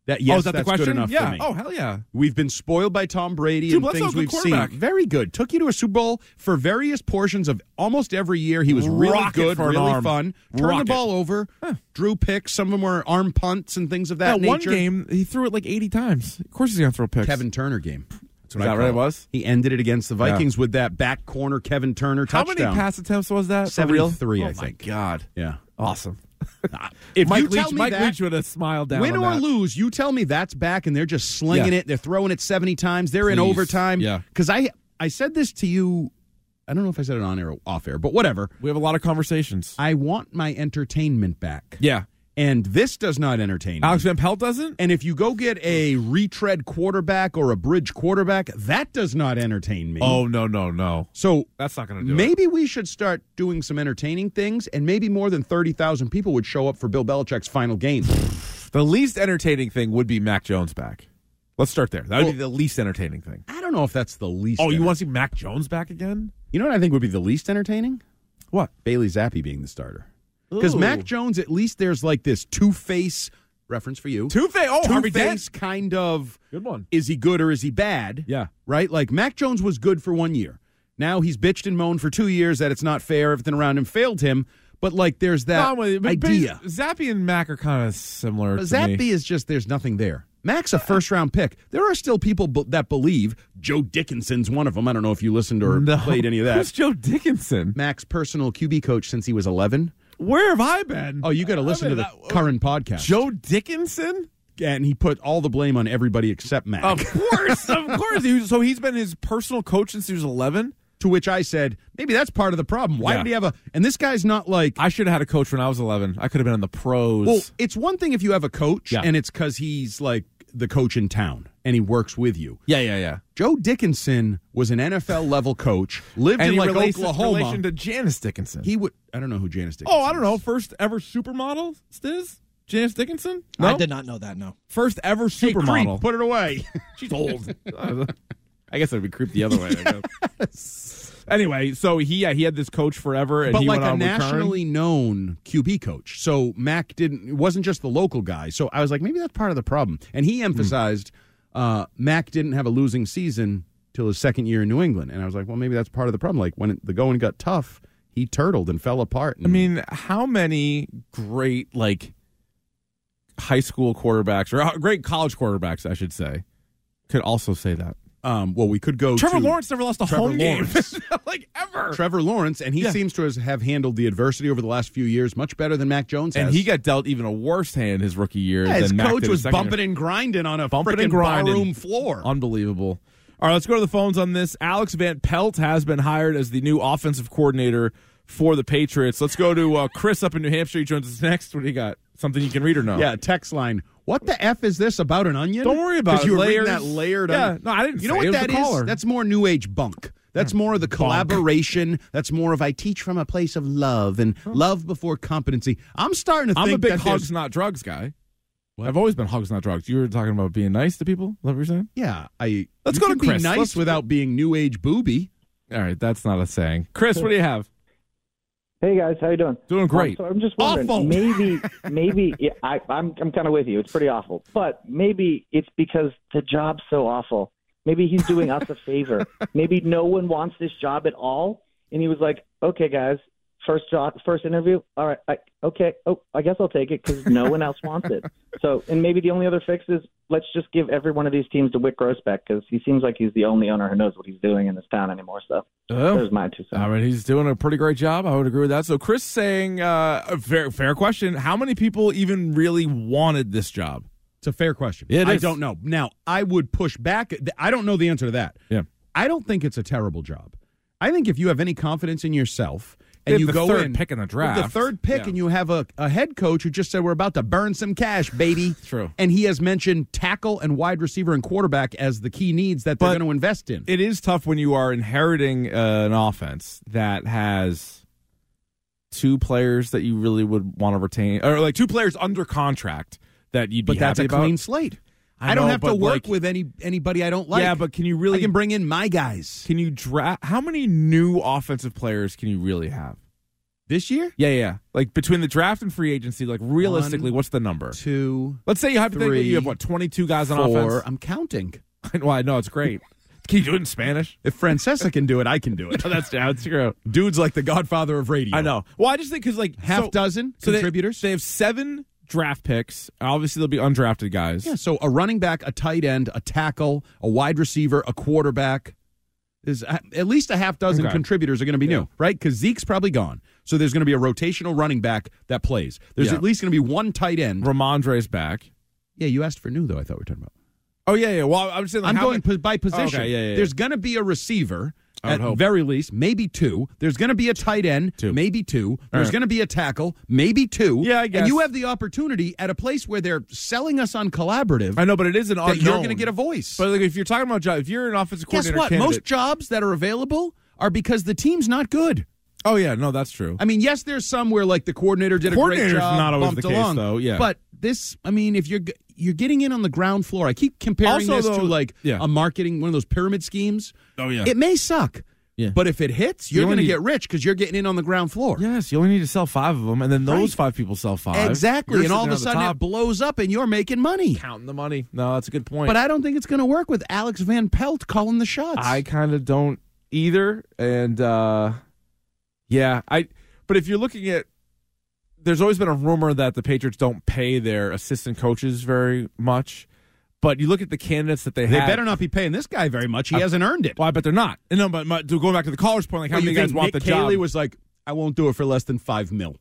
D: That yes,
C: oh, is that
D: that's
C: the question?
D: good enough
C: yeah.
D: for me.
C: Oh hell yeah.
D: We've been spoiled by Tom Brady
C: Drew
D: and
C: Bledsoe,
D: things
C: good
D: we've seen.
C: quarterback.
D: Very good. Took you to a Super Bowl for various portions of almost every year. He was really
C: Rocket
D: good,
C: for an
D: really
C: arm.
D: fun. Turned
C: Rocket.
D: the ball over. Drew picks. Some of them were arm punts and things of that,
C: That one
D: nature.
C: game, he threw it like 80 times. Of course he's going to throw picks.
D: Kevin Turner game. That's what
C: Is
D: I
C: that
D: call
C: what it was?
D: He ended it against the Vikings with that back corner Kevin Turner
C: How
D: touchdown.
C: many pass attempts was that? For real?
D: 73,
C: oh
D: I
C: my
D: think.
C: God.
D: Yeah.
C: Awesome.
D: If
C: Mike
D: you tell
C: Leach,
D: me
C: Mike
D: that,
C: Leach would have smiled down.
D: win
C: on
D: or
C: that.
D: lose, you tell me that's back and they're just slinging
C: Yeah.
D: it. They're throwing it 70 times. They're in
C: Please.
D: overtime.
C: Yeah.
D: Because I, I said this to you I don't know if I said it on air or off air, but whatever.
C: We have a lot of conversations.
D: I want my entertainment back.
C: yeah.
D: And this does not entertain me.
C: Alex Van Pelt doesn't?
D: And if you go get a retread quarterback or a bridge quarterback, that does not entertain me.
C: Oh, no, no, no.
D: so
C: That's not going to do it.
D: maybe we should start doing some entertaining things, and maybe more than 30,000 people would show up for Bill Belichick's final game.
C: The least entertaining thing would be Mac Jones back. Let's start there. That would be the least entertaining thing.
D: I don't know if that's the least.
C: Oh, you
D: enter-
C: want to see Mac Jones back again?
D: You know what I think would be the least entertaining?
C: What?
D: Bailey Zappi being the starter. Because Mac Jones, at least there's like this two face reference for you.
C: Two face. Oh, Harvey Dent.
D: face kind of
C: Good one.
D: is he good or is he bad?
C: Yeah.
D: Right? Like Mac Jones was good for one year. Now he's bitched and moaned for two years that it's not fair. Everything around him failed him. But like there's
C: No,
D: that
C: I'm with you, but- but
D: idea.
C: Zappy and Mac are kind of similar.
D: But
C: to
D: Zappy
C: me.
D: is just there's nothing there. Mac's a first round pick. There are still people b- that believe Joe Dickinson's one of them. I don't know if you listened or
C: No.
D: played any of that.
C: Who's Joe Dickinson?
D: Mac's personal QB coach since he was 11.
C: Where have I been?
D: Oh, you got to listen to the current podcast.
C: Joe Dickinson?
D: and he put all the blame on everybody except Mac.
C: Of course, of course. He was, so he's been his personal coach since he was 11.
D: to which I said, maybe that's part of the problem. Why
C: Yeah.
D: did he have a? And this guy's not like.
C: I should have had a coach when I was 11. I could have been on the pros.
D: well, it's one thing if you have a coach
C: Yeah.
D: and it's because he's like the coach in town and he works with you.
C: yeah, yeah, yeah.
D: Joe Dickinson was an NFL level coach, lived
C: And
D: in
C: he
D: like
C: relates-
D: Oklahoma.
C: relation to Janice Dickinson.
D: he would. I don't know who Janice Dickinson.
C: oh, I don't
D: is.
C: know. First ever supermodel, Stiz? Janice Dickinson? No?
E: I did not know that. No.
C: First ever
D: Hey, creep,
C: supermodel.
D: put it away.
C: She's old. I guess it would be creep the other way. I guess. Anyway, so he yeah, he had this coach forever, and
D: but
C: he
D: like
C: went
D: a
C: on with Kern.
D: nationally known QB coach. So Mac didn't. It wasn't just the local guy. So I was like, maybe that's part of the problem. And he
C: Hmm.
D: emphasized uh, Mac didn't have a losing season till his second year in New England. And I was like, well, maybe that's part of the problem. Like when it, the going got tough, he turtled and fell apart. And
C: I mean, how many great like high school quarterbacks or uh, great college quarterbacks, I should say, could also say that.
D: um, well, we could go.
C: Trevor
D: to
C: Lawrence never lost a
D: Trevor
C: home
D: Lawrence.
C: game, like ever.
D: Trevor Lawrence, and he
C: Yeah.
D: seems to has- have handled the adversity over the last few years much better than Mac Jones.
C: and
D: has.
C: he got dealt even a worse hand his rookie year.
D: Yeah, his
C: than Mac
D: coach
C: did
D: was
C: his second year.
D: bumping and grinding on a
C: bumping and
D: frickin'
C: grinding.
D: barroom floor.
C: Unbelievable. All right, let's go to the phones on this. Alex Van Pelt has been hired as the new offensive coordinator for the Patriots. Let's go to uh, Chris up in New Hampshire. He joins us next. What do you got? Something you can read or no?
D: Yeah, text line. What the f is this about an onion?
C: Oh. Don't worry about
D: 'Cause
C: it.
D: You were reading
C: Layers.
D: that layered.
C: Yeah,
D: onion.
C: no, I didn't
D: You know
C: say it.
D: what
C: It was
D: that
C: the
D: is?
C: caller. Hmm.
D: That's more new age bunk. That's more of the collaboration. That's more of I teach from a place of love and love before competency. I'm starting to
C: I'm
D: think
C: a big
D: that
C: hugs
D: there's-
C: not drugs guy. I've always been hugs not drugs. You were talking about being nice to people. Is that what you're saying?
D: Yeah, I.
C: Let's
D: you
C: go to
D: can be
C: Chris.
D: nice
C: Let's-
D: without being new age booby.
C: All right, that's not a saying. Chris, what do you have?
H: Hey guys, how you doing?
C: Doing great.
H: I'm, so- I'm just wondering,
D: Awful.
H: maybe, maybe yeah, I, I'm I'm kind of with you. It's pretty awful, but maybe it's because the job's so awful. Maybe he's doing us a favor. Maybe no one wants this job at all, and he was like, "Okay, guys, first job, first interview. All right, I, okay. Oh, I guess I'll take it because no one else wants it. So, and maybe the only other fix is let's just give every one of these teams to Wick Grossbeck because he seems like he's the only owner who knows what he's doing in this town anymore. So,
C: Oh.
H: there's my two cents.
C: I mean, he's doing a pretty great job. I would agree with that. So, Chris saying, uh, a fair, fair question. How many people even really wanted this job?
D: It's a fair question.
C: It
D: I
C: is.
D: don't know. Now, I would push back. I don't know the answer to that.
C: Yeah.
D: I don't think it's a terrible job. I think if you have any confidence in yourself
C: They
D: and
C: have
D: you
C: the
D: go
C: third
D: in
C: pick in the
D: with
C: draft.
D: the third pick,
C: Yeah.
D: and you have a, a head coach who just said we're about to burn some cash, baby.
C: True.
D: And he has mentioned tackle and wide receiver and quarterback as the key needs that they're
C: But
D: going to invest in.
C: it is tough when you are inheriting uh, an offense that has two players that you really would want to retain, or like two players under contract that you'd be
D: but that's a
C: happy about.
D: clean slate.
C: I
D: I, don't
C: know,
D: have to
C: but,
D: work
C: like-
D: with any anybody I don't like.
C: yeah, but can you really
D: I can bring in my guys
C: can you draft? How many new offensive players can you really have?
D: this year.
C: Yeah, yeah. Like between the draft and free agency, like realistically,
D: One,
C: what's the number?
D: Two,
C: Let's say you hypothetically
D: three,
C: you have what twenty two guys on
D: four.
C: offense.
D: I'm counting.
C: well, I know it's great. Can you do it in Spanish?
D: If Francesca can do it, I can do it.
C: Oh, that's that's true.
D: Dude's like the godfather of radio.
C: I know. Well, I just think because like
D: Half
C: so-
D: dozen
C: they-
D: contributors.
C: They, have seven draft picks. Obviously, they'll be undrafted guys.
D: Yeah, so a running back, a tight end, a tackle, a wide receiver, a quarterback is at least a half dozen
C: Okay.
D: contributors are going to be new, right? Because Zeke's probably gone, so there's going to be a rotational running back that plays. There's
C: Yeah.
D: at least going to be one tight end.
C: Ramondre's back.
D: Yeah, you asked for new though. I thought we were talking about.
C: Oh yeah, yeah. Well, I'm saying like
D: I'm
C: how
D: going
C: many-
D: po- by position.
C: yeah, yeah, yeah.
D: There's going to be a receiver.
C: I would
D: at
C: hope.
D: very least, maybe two. There's going to be a tight end,
C: Two.
D: maybe two. There's
C: right.
D: going to be a tackle, maybe two.
C: Yeah, I guess.
D: And you have the opportunity at a place where they're selling us on collaborative.
C: I know, but it is an
D: that
C: unknown.
D: you're going to get a voice.
C: But like, if you're talking about job, if you're an offensive
D: guess
C: coordinator,
D: what?
C: candidate-
D: Most jobs that are available are because the team's not good.
C: oh yeah, no, that's true.
D: I mean, yes, there's some where like the coordinator did a great
C: Coordinator's
D: job.
C: not always
D: bumped
C: the case,
D: along,
C: though, yeah.
D: but this, I mean, if you're g- you're getting in on the ground floor, I keep comparing
C: Also,
D: this
C: though-
D: to like
C: yeah.
D: a marketing one of those pyramid schemes.
C: Oh, yeah.
D: it may suck.
C: Yeah.
D: But if it hits, you're
C: You only
D: going to
C: need-
D: get rich because you're getting in on the ground floor.
C: yes, you only need to sell five of them, and then those
D: Right.
C: five people sell five.
D: Exactly.
C: You're
D: and all
C: sitting on
D: of a
C: the
D: sudden it
C: top
D: blows up and you're making money.
C: counting the money. No, that's a good point.
D: But I don't think it's going to work with Alex Van Pelt calling the shots.
C: I kind of don't either. And uh, yeah, I. But if you're looking at, there's always been a rumor that the Patriots don't pay their assistant coaches very much. But you look at the candidates that they,
D: they
C: have.
D: better not be paying this guy very much. He hasn't earned it.
C: Well, I bet they're not. And no, but my, to going back to the caller's point, like how
D: Well, you
C: many guys
D: think
C: want
D: Nick
C: the job?
D: Cayley was like, I won't do it for less than five mil.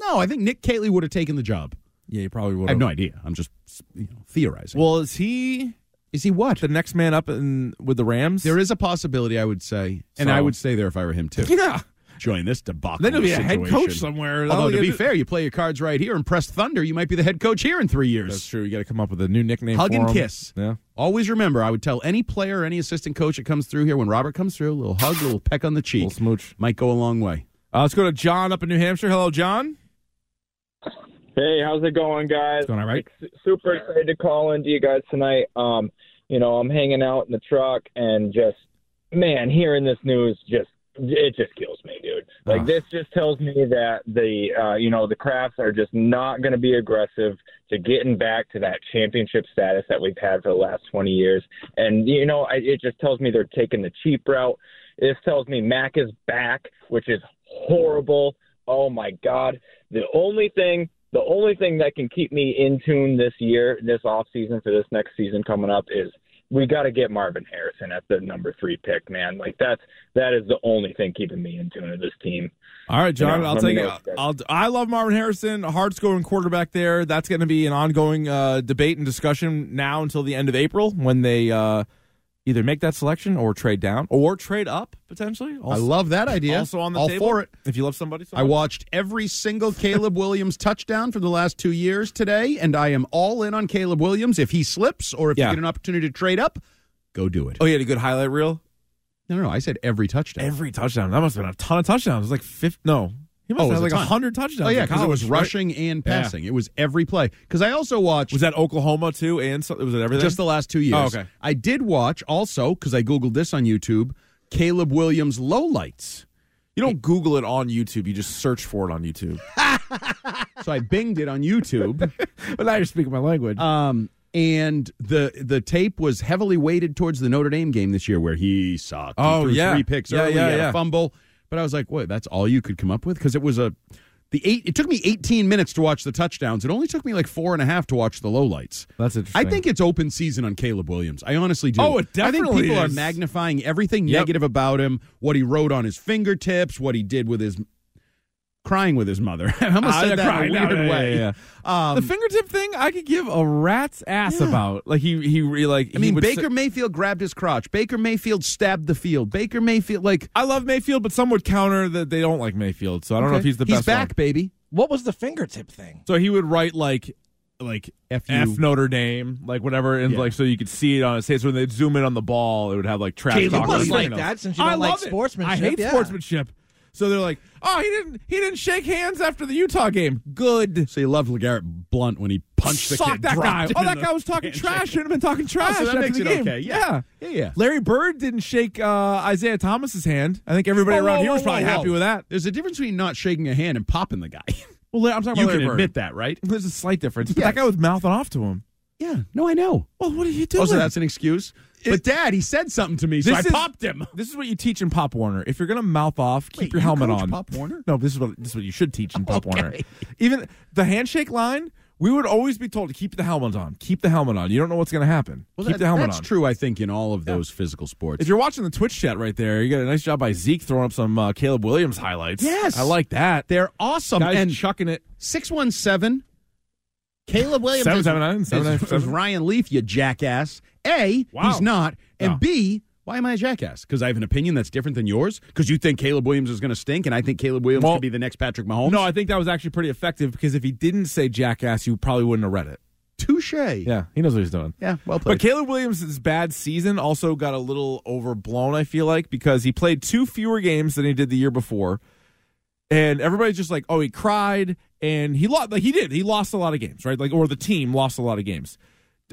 D: No, I think Nick Cayley would have taken the job.
C: yeah, you probably would.
D: I have no idea. I'm just you know, theorizing.
C: Well, is he
D: is he what?
C: the next man up in with the Rams?
D: There is a possibility, I would say, and
C: So-
D: I would stay there if I were him too.
C: yeah.
D: Join this debacle.
C: Then he'll be a head
D: situation.
C: coach somewhere.
D: Although
C: That'll
D: to be
C: get-
D: fair, you play your cards right here and press thunder, you might be the head coach here in three
C: That's
D: years.
C: true. You got to come up with a new nickname.
D: Hug
C: for
D: and
C: him.
D: kiss.
C: Yeah.
D: Always remember, I would tell any player, or any assistant coach that comes through here when Robert comes through, a little hug, a little peck on the cheek,
C: Little smooch.
D: might go a long way.
C: Uh, let's go to John up in New Hampshire. Hello, John.
H: Hey, how's it going, guys?
C: going all right.
H: S- Super excited to call into you guys tonight. Um, you know, I'm hanging out in the truck and just, man, hearing this news just it just kills me, dude. Like
C: Ugh.
H: this just tells me that the uh, you know the crafts are just not going to be aggressive to getting back to that championship status that we've had for the last 20 years. And you know, I, it just tells me they're taking the cheap route. This tells me Mac is back, which is horrible. Oh my God. The only thing, the only thing that can keep me in tune this year, this off season for this next season coming up is we got to get Marvin Harrison at the number three pick, man. Like that's that is the only thing keeping me in tune of this team.
C: All right, John.
H: Yeah,
C: I'll
H: let me
C: take it.
H: know, guys.
C: I'll, I love Marvin Harrison, a hard scoring quarterback there. That's going to be an ongoing uh, debate and discussion now until the end of April when they uh, either make that selection or trade down or trade up potentially.
D: I
C: Also,
D: love that idea.
C: also on the
D: All
C: table.
D: for it.
C: If you love somebody, so
D: I
C: much.
D: watched every single Caleb Williams touchdown for the last two years today, and I am all in on Caleb Williams. If he slips or if
C: Yeah.
D: you get an opportunity to trade up, go do it.
C: Oh, he had a good highlight reel.
D: No, no, no. I said every touchdown.
C: Every touchdown. That must have been a ton of touchdowns. It was like fifth. No, he must
D: Oh,
C: have
D: it was
C: had
D: a
C: like
D: ton.
C: hundred touchdowns.
D: oh, yeah,
C: in
D: because it was
C: college, right?
D: rushing and passing. It was every play. Because I also watched
C: Was that Oklahoma too? And so, was it everything?
D: just the last two years.
C: Oh, okay.
D: I did watch also, because I Googled this on YouTube, Caleb Williams lowlights.
C: you don't Google it on YouTube. You just search for it on YouTube.
D: So I binged it on YouTube.
C: but now you're speaking my language.
D: Um, and the the tape was heavily weighted towards the Notre Dame game this year, where he sucked. He
C: Oh,
D: threw
C: yeah.
D: three picks
C: Yeah,
D: early,
C: yeah,
D: had
C: yeah.
D: a fumble. But I was like, wait, that's all you could come up with because it was a the eight. It took me eighteen minutes to watch the touchdowns. It only took me like four and a half to watch the lowlights.
C: That's
D: I
C: interesting.
D: think it's open season on Caleb Williams. I honestly do.
C: Oh, it
D: I think
C: definitely
D: people
C: is.
D: are magnifying everything
C: Yep.
D: negative about him, what he wrote on his fingertips, what he did with his crying with his mother. I almost
C: Ah, yeah,
D: said that
C: crying.
D: in
C: No,
D: a weird
C: yeah, yeah,
D: way.
C: yeah.
D: Um,
C: the fingertip thing, I could give a rat's ass
D: Yeah.
C: about. Like he, he, re- like.
D: I mean, Baker
C: Baker.
D: Mayfield grabbed his crotch. Baker Mayfield stabbed the field. Baker Mayfield, like,
C: I love Mayfield, but some would counter that they don't like Mayfield. So I don't know if he's the
D: he's
C: best.
D: back,
C: one.
D: baby.
E: What was the fingertip thing?
C: So he would write like, like
D: F you.
C: F Notre Dame, like whatever, and
D: Yeah.
C: like so you could see it on his face. So when they would zoom in on the ball, it would have like trash
D: Caleb
C: talk.
E: It was
D: Williams.
E: like that since you
C: I
E: don't like
C: love it.
E: sportsmanship.
C: I hate
E: yeah.
C: sportsmanship. So they're like, oh, he didn't, he didn't shake hands after the Utah game. Good.
D: So you loved LeGarrette Blunt when he punched the
C: Sock
D: kid.
C: that guy.
D: dropped
C: Oh,
D: him
C: that
D: in
C: guy
D: the- Oh,
C: was talking trash. Shouldn't have been talking trash.
D: so that
C: after
D: makes
C: the
D: it
C: game.
D: okay. Yeah. Yeah, yeah.
C: Larry Bird didn't shake uh, Isaiah Thomas's hand. I think everybody
D: Whoa,
C: around
D: whoa,
C: here was
D: whoa,
C: probably
D: whoa,
C: happy
D: whoa.
C: with that.
D: There's a difference between not shaking a hand and popping the guy.
C: Well, I'm talking
D: you
C: about
D: can
C: Larry Bird.
D: admit that, right?
C: There's a slight difference. But
D: Yes.
C: that guy was mouthing off to him.
D: Yeah. No, I know.
C: Well, what are you doing?
D: Also, that's an excuse. but Dad, he said something to me, so
C: This
D: I
C: is-
D: popped him.
C: This is what you teach in Pop Warner. If you're gonna mouth off, keep
D: Wait,
C: your
D: you
C: helmet
D: coach
C: on.
D: Pop Warner?
C: No, this is what this is what you should teach in Pop Warner. Even the handshake line, we would always be told to keep the helmet on. Keep the helmet on. You don't know what's gonna happen. keep
D: that-
C: the helmet
D: that's
C: on.
D: true, I think, in all of those physical sports.
C: If you're watching the Twitch chat right there, you got a nice job by Zeke throwing up some uh, Caleb Williams highlights.
D: Yes.
C: I like that.
D: They're awesome.
C: Guys
D: and
C: chucking it.
D: 617 Caleb Williams
C: Seven,
D: is,
C: seven, nine, seven,
D: is-
C: nine,
D: is
C: seven.
D: Ryan Leaf, you jackass. A,
C: Wow.
D: he's not. And
C: No.
D: B, Why am I a jackass? Because I have an opinion that's different than yours? Because you think Caleb Williams is going to stink and I think Caleb Williams
C: Well-
D: could be the next Patrick Mahomes?
C: No, I think that was actually pretty effective because if he didn't say jackass, you probably wouldn't have read it.
D: touche.
C: Yeah, he knows what he's doing.
D: Yeah, well
C: But
D: played.
C: Caleb Williams' bad season also got a little overblown, I feel like, because he played two fewer games than he did the year before. And everybody's just like, oh, he cried and he lost. Like, he did. He lost a lot of games, right? Like, or the team lost a lot of games.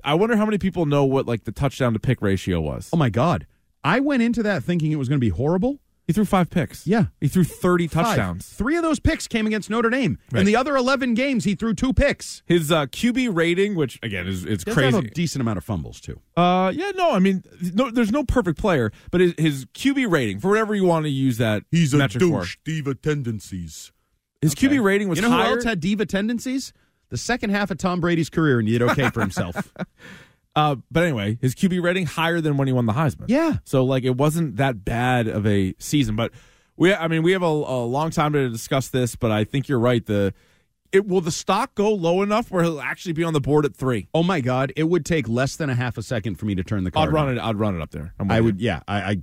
C: I wonder how many people know what, like, the touchdown to pick ratio was.
D: oh my God. I went into that thinking it was going to be horrible.
C: He threw five picks.
D: Yeah.
C: He threw 30
D: Five.
C: touchdowns.
D: Three of those picks came against Notre Dame.
C: Right.
D: In the other 11 games, he threw two picks.
C: His uh, QB rating, which, again, is it's
D: He does
C: crazy.
D: have a decent amount of fumbles, too.
C: Uh, yeah, no, I mean, no, there's no perfect player, but his, his QB rating for whatever you want to use that metric for.
D: diva tendencies.
C: His QB rating was
D: you know
C: higher.
D: who else had diva tendencies? The second half of Tom Brady's career, and he did okay for himself.
C: uh, but anyway, his QB rating higher than when he won the Heisman.
D: Yeah.
C: so like it wasn't that bad of a season. But we, I mean, we have a, a long time to discuss this. But I think you're right. The it will the stock go low enough where he'll actually be on the board at three.
D: oh my God! It would take less than a half a second for me to turn the card.
C: I'd run it. I'd run it up there. I'm
D: I
C: with
D: would. Yeah. I, I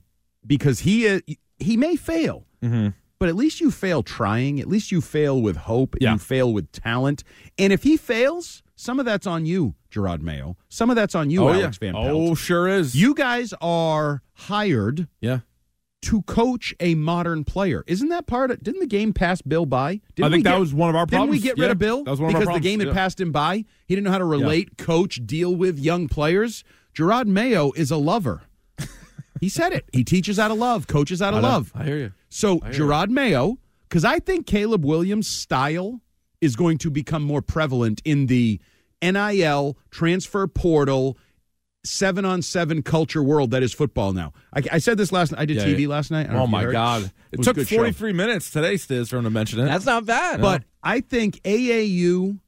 D: because he uh, he may fail,
C: you. Mhm.
D: but at least you fail trying. At least you fail with hope.
C: Yeah.
D: You fail with talent. And if he fails, some of that's on you, Gerard Mayo. Some of that's on you,
C: oh
D: Alex
C: yeah.
D: Van Pelt.
C: oh sure is.
D: You guys are hired
C: yeah.
D: to coach a modern player. Isn't that part of didn't the game pass Bill by? Didn't
C: I think
D: we
C: that
D: get-
C: was one of our
D: Didn't we
C: problems.
D: get rid
C: Yeah,
D: of Bill?
C: that was one of our
D: because the
C: problems,
D: game had
C: yeah.
D: passed him by. He didn't know how to relate, coach, deal with young players. Gerard Mayo is a lover. he said it. He teaches out of love, coaches out of
C: know.
D: love.
C: I hear you.
D: So Gerard Mayo, because I think Caleb Williams' style is going to become more prevalent in the NIL transfer portal seven on seven culture world that is football now. I, I said this last night. I did
C: Yeah,
D: TV
C: yeah.
D: last night. I don't know
C: Oh
D: if you
C: my
D: heard.
C: god! It
D: was a
C: took
D: good show.
C: 43 minutes today, Stiz, for him to mention it.
I: That's not bad.
D: But I think AAU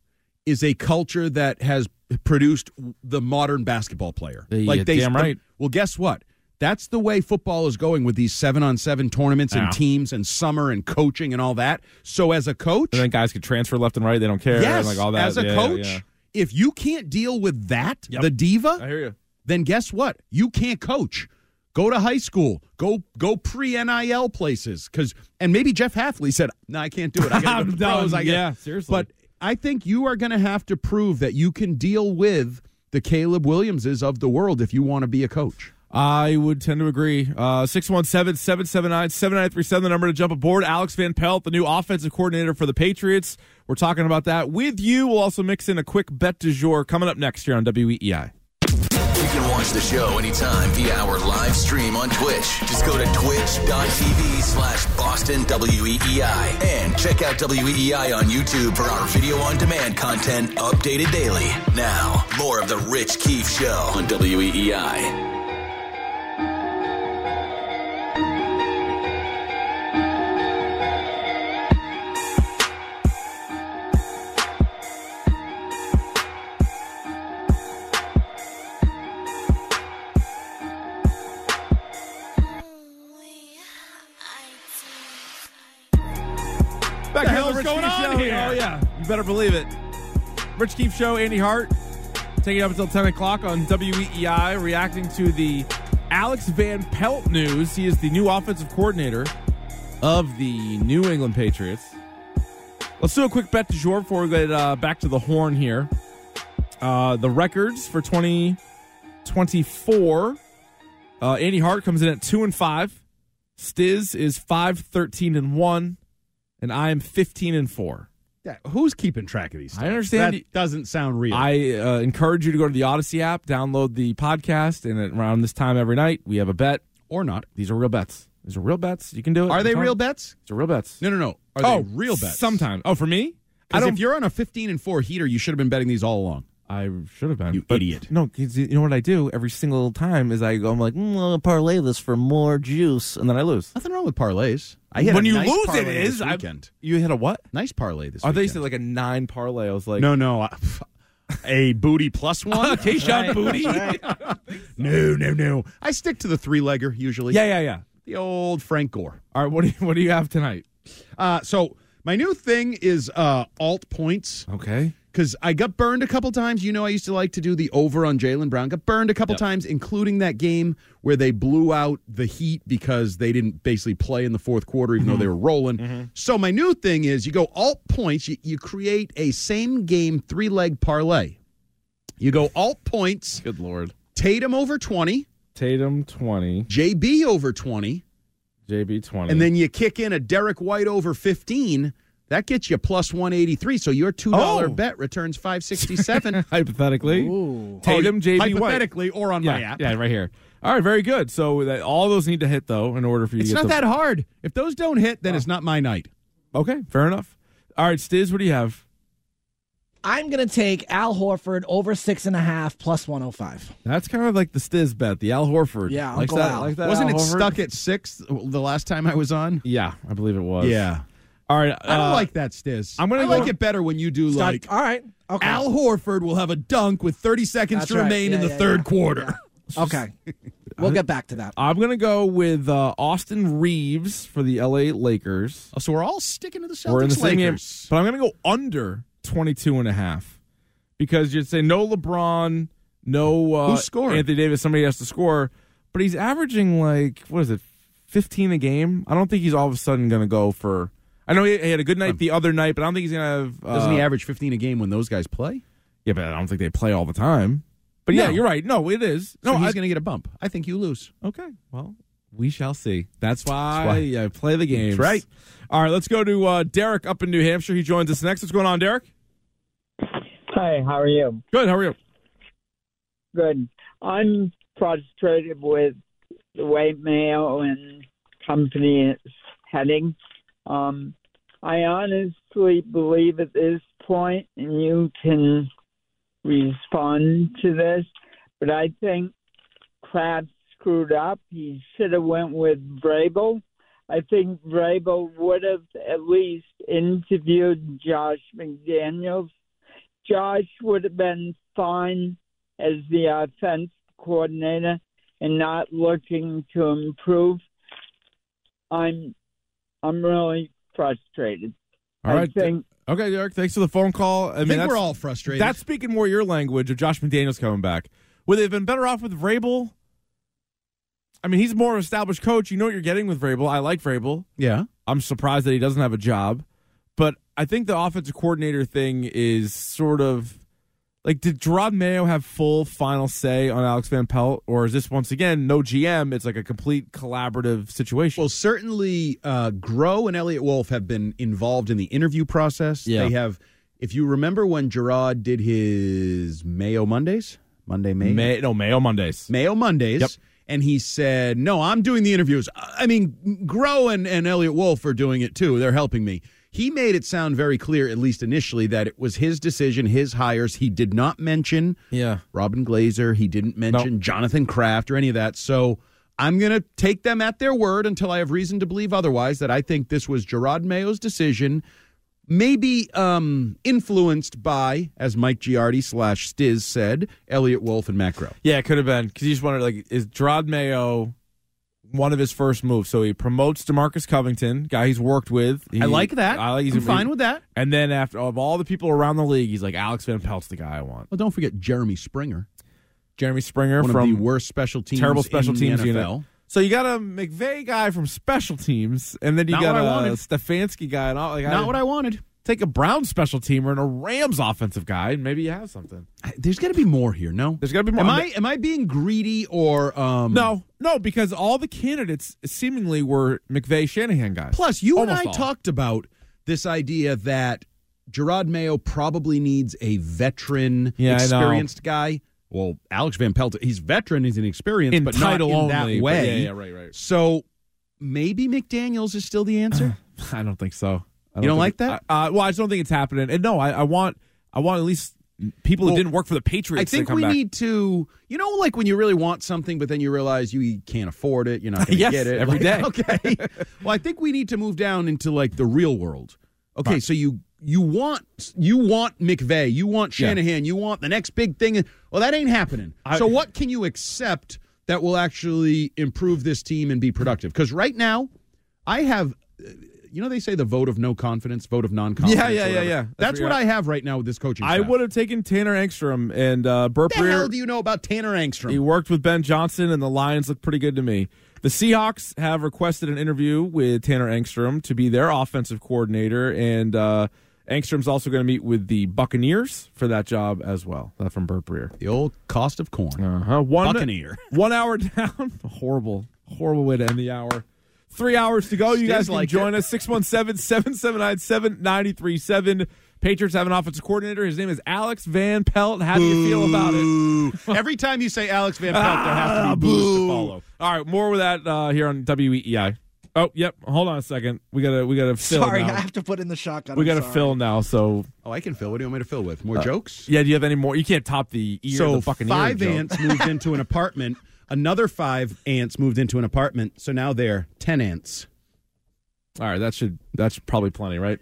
D: is a culture that has produced the modern basketball player.
C: Yeah, you're damn right.
D: Well, guess what? That's the way football is going with these seven on seven tournaments and
C: Yeah.
D: teams and summer and coaching and all that. So as a coach,
C: and then guys could transfer left and right. They don't care.
D: yes,
C: and like all that.
D: as a
C: Yeah, yeah,
D: coach,
C: yeah.
D: if you can't deal with that,
C: Yep.
D: the diva,
C: I hear you.
D: then guess what? You can't coach. Go to high school. Go go pre NIL places because and maybe Jeff Halfley said, "No, I can't do it. I got to go
C: I'm
D: to the pros."
C: done.
D: I gotta-"
C: Yeah, seriously.
D: But I think you are going to have to prove that you can deal with the Caleb Williamses of the world if you want to be a coach.
C: I would tend to agree. Uh, 617-779-7937, the number to jump aboard. Alex Van Pelt, the new offensive coordinator for the Patriots. We're talking about that with you. We'll also mix in a quick bet du jour coming up next here on E WEEI.
A: You can watch the show anytime via our live stream on Twitch. Just go to twitch.tv slash Boston WEEI and check out WEEI on YouTube for our video on demand content updated daily. Now, more of the Rich Keefe Show on E WEEI.
C: Back
D: hell is going on here?
C: Oh, yeah. You better believe it. Rich Keefe Show, Andy Hart, taking it up until 10 o'clock on WEEI, reacting to the Alex Van Pelt news. He is the new offensive coordinator of the New England Patriots. Let's do a quick bet du jour before we get uh, back to the horn here. Uh, the records for 2024. Uh, Andy Hart comes in at 2 and 5. Stiz is 5 13 and 1 and I am 15 and 4.
D: Yeah, who's keeping track of these?
C: I understand
D: That
C: you-
D: doesn't sound real.
C: I uh, encourage you to go to the Odyssey app, download the podcast, and at around this time every night, we have a bet.
D: or not?
C: These are real bets. These are real bets. You can do it.
D: Are they
C: It's fine.
D: real bets?
C: These are real bets.
D: No, no, no. Are
C: oh,
D: they real bets?
C: Sometimes. Oh, for me? I
D: Because
C: don't.
D: if you're on a 15 and four heater, you should have been betting these all along.
C: I should have been.
D: You
C: but-
D: idiot.
C: No, 'cause you know what I do every single time is I go, I'm like, mm, I'm going to parlay this for more juice, and then I lose.
D: Nothing wrong with parlays. I hit
C: when
D: a
C: you
D: nice
C: lose, it
D: parlay
C: is.
D: this
C: I-
D: weekend.
C: you hit a what?
D: nice parlay this.
C: Are they
D: weekend.
C: said like a nine parlay? I was like,
D: no, no, I- a booty plus one?
C: Keyshawn Booty. yeah,
D: no, no, no. I stick to the three legger usually.
C: yeah, yeah.
D: the old Frank Gore.
C: All right, what do you, what do you have tonight?
D: Uh, so my new thing is uh, alt points
C: Okay.
D: because I got burned a couple times. You know, I used to like to do the over on Jalen Brown. Got burned a couple times, including that game where they blew out the Heat because they didn't basically play in the fourth quarter, even
C: Mm-hmm.
D: though they were rolling. So my new thing is, you go alt points. You, you create a same game three leg parlay. You go alt points.
C: Good lord.
D: Tatum over twenty.
I: Tatum 20,
D: JB over twenty.
I: JB 20.
C: Mm.
D: and then you kick in a Derek White over 15, that gets you plus 183. So your $2
C: Oh.
D: bet returns 567
C: Hypothetically, Tatum, JB White.
D: hypothetically or on my
C: Yeah,
D: app.
C: yeah, right here. All right, very good. So that, all those need to hit though in order for you.
D: It's
C: to get
D: not
C: the-
D: that hard. If those don't hit, then it's not my night.
C: Okay, fair enough. All right, Stiz, what do you have?
E: I'm going to take Al Horford over six and a half plus 105.
C: That's kind of like the Stiz bet, the Al Horford.
E: Yeah,
C: like
E: Uncle
C: that.
E: Al.
C: Like that.
D: Wasn't
C: Al
D: it
C: Horford?
D: stuck at 6 the last time I was on?
I: yeah, I believe it was.
D: Yeah.
C: All right,
D: I don't
C: uh,
D: like that, Stiz.
C: I'm gonna
D: I
C: go-
D: like it better when you do like
E: All right. Okay.
D: Al Horford will have a dunk with 30 seconds
E: That's
D: to
E: right.
D: remain in
E: Yeah,
D: the
E: yeah,
D: third
E: yeah.
D: quarter.
E: Okay. We'll get back to that.
C: I'm gonna go with uh, Austin Reeves for the LA Lakers.
D: Oh, So we're all sticking to the Celtics
C: We're in the same game,
D: Lakers.
C: but I'm gonna go under 22 and a half because you'd say no LeBron, no uh,
D: Who's scoring?
C: Anthony Davis. Somebody has to score, but he's averaging like what is it, 15 a game? I don't think he's all of a sudden gonna go for. I know he he had a good night the other night, but I don't think he's gonna have. Uh,
D: Doesn't he average 15 a game when those guys play?
C: Yeah, but I don't think they play all the time. But yeah,
D: No.
C: you're right. No, it is. No,
D: No, he's
C: I-
D: going to get a bump. I think you lose.
C: Okay. Well, we shall see. That's why, I play the games.
D: That's right.
C: All right, let's go to uh, Derek up in New Hampshire. He joins us next. What's going on, Derek?
H: Hi, how are you?
C: Good. How are you?
H: Good. I'm frustrated with the way Mayo and company is heading. Um, I honestly believe at this point, and you can respond to this, but I think Kraft screwed up. He should have went with Vrabel. I think Vrabel would have at least interviewed Josh McDaniels. Josh would have been fine as the offense coordinator and not looking to improve. I'm I'm really frustrated.
C: All right.
H: I think
C: okay, Derek. Thanks for the phone call. I,
D: I
C: mean,
D: think
C: that's,
D: we're all frustrated.
C: that's speaking more your language of Josh McDaniels coming back. Would they have been better off with Vrabel? I mean, he's more of an established coach. You know what you're getting with Vrabel. I like Vrabel.
D: yeah.
C: I'm surprised that he doesn't have a job. But I think the offensive coordinator thing is sort of like, did Gerard Mayo have full final say on Alex Van Pelt, or is this once again no GM? It's like a complete collaborative situation.
D: Well, certainly, uh, Groh and Elliot Wolf have been involved in the interview process.
C: Yeah.
D: They have, if you remember when Gerard did his Mayo Mondays, Monday, May,
C: May, no Mayo Mondays.
D: Mayo Mondays,
C: Yep.
D: and he said, No, I'm doing the interviews. Uh, I I mean, Groh and, and Elliot Wolf are doing it too. They're helping me. He made it sound very clear, at least initially, that it was his decision, his hires. He did not mention
C: Yeah.
D: Robin Glazer. He didn't mention Jonathan Kraft or any of that. So I'm going to take them at their word until I have reason to believe otherwise that I think this was Gerard Mayo's decision, maybe um, influenced by, as Mike Giardi slash Stiz said, Elliot Wolf and Macro.
C: Yeah, it could have been because you just wondered like, is Gerard Mayo one of his first moves? So he promotes Demarcus Covington, guy he's worked with. He- I like. He's
D: I'm fine with that.
C: And then after of all the people around the league, he's like Alex Van Pelt's the guy I want.
D: Well, don't forget Jeremy Springer,
C: Jeremy Springer
D: one
C: from
D: of the worst special teams,
C: terrible special
D: in
C: teams
D: the NFL.
C: unit. So you got a McVay guy from special teams, and then you
D: Not
C: got
D: what I
C: a
D: wanted.
C: Stefanski guy, and all. Like,
D: Not what I wanted.
C: take a Brown special teamer and a Rams offensive guy, and maybe you have something.
D: There's got to be more here. No,
C: There's got to be more.
D: Am I am I being greedy or um,
C: No, no, because all the candidates seemingly were McVay Shanahan guys.
D: Plus, you
C: Almost
D: and I
C: all.
D: talked about this idea that Gerard Mayo probably needs a veteran,
C: Yeah, I know.
D: experienced guy. Well, Alex Van Pelt, he's veteran, he's an experienced,
C: in
D: but
C: title
D: not in
C: only.
D: that
C: but
D: way.
C: Yeah, yeah, right, right.
D: So maybe McDaniel's is still the answer.
C: I don't think so. I
D: You don't like
C: think-
D: that?
C: I- uh, well, I just don't think it's happening. And no, I, I want, I want at least people
D: Well,
C: that didn't work for the Patriots.
D: I
C: to
D: think
C: come
D: we
C: back.
D: need to, you know, like when you really want something, but then you realize you can't afford it. You're not going to
C: Yes,
D: get it
C: every
D: every day.
C: day.
D: Okay. well, I think we need to move down into like the real world. Okay, so you you want you want McVeigh, you want
C: Yeah.
D: Shanahan, you want the next big thing. Well, that ain't happening.
C: I-
D: so what can you accept that will actually improve this team and be productive? Because right now, I have you know they say the vote of no confidence, vote of non confidence.
C: Yeah, yeah, yeah, yeah. That's
D: That's,
C: what
D: what
C: you're-
D: I have right now with this coaching.
C: I
D: staff.
C: would have taken Tanner Engstrom and uh, Burt
D: What the hell
C: Breer.
D: do you know about Tanner Angstrom?
C: He worked with Ben Johnson, and the Lions look pretty good to me. The Seahawks have requested an interview with Tanner Engstrom to be their offensive coordinator, and uh, Engstrom's also going to meet with the Buccaneers for that job as well. That from Burt Breer.
D: the old cost of corn.
C: Uh-huh. One,
D: Buccaneer.
C: One hour down. horrible, horrible way to end the hour. Three hours to go. You
D: Stiz
C: guys can
D: liked
C: join us. 617 779 7937. Patriots have an offensive coordinator. His name is Alex Van Pelt. How do you feel about it?
D: Every time you say Alex Van Pelt, there has to be booze to follow.
C: All right, more with that uh, here on WEEI. Oh, yep. Hold on a second. We gotta we gotta fill
E: Sorry,
C: now.
E: I have to put in the shotgun.
C: we
E: I'm
C: gotta
E: sorry.
C: fill now. So
D: Oh, I can fill. What do you want me to fill with? More jokes?
C: yeah, do you have any more? You can't top the ear.
D: so
C: the fucking
D: five
C: ear joke.
D: ants moved into an apartment. Another five ants moved into an apartment. So now they're ten ants.
C: All right, that should that's probably plenty, right?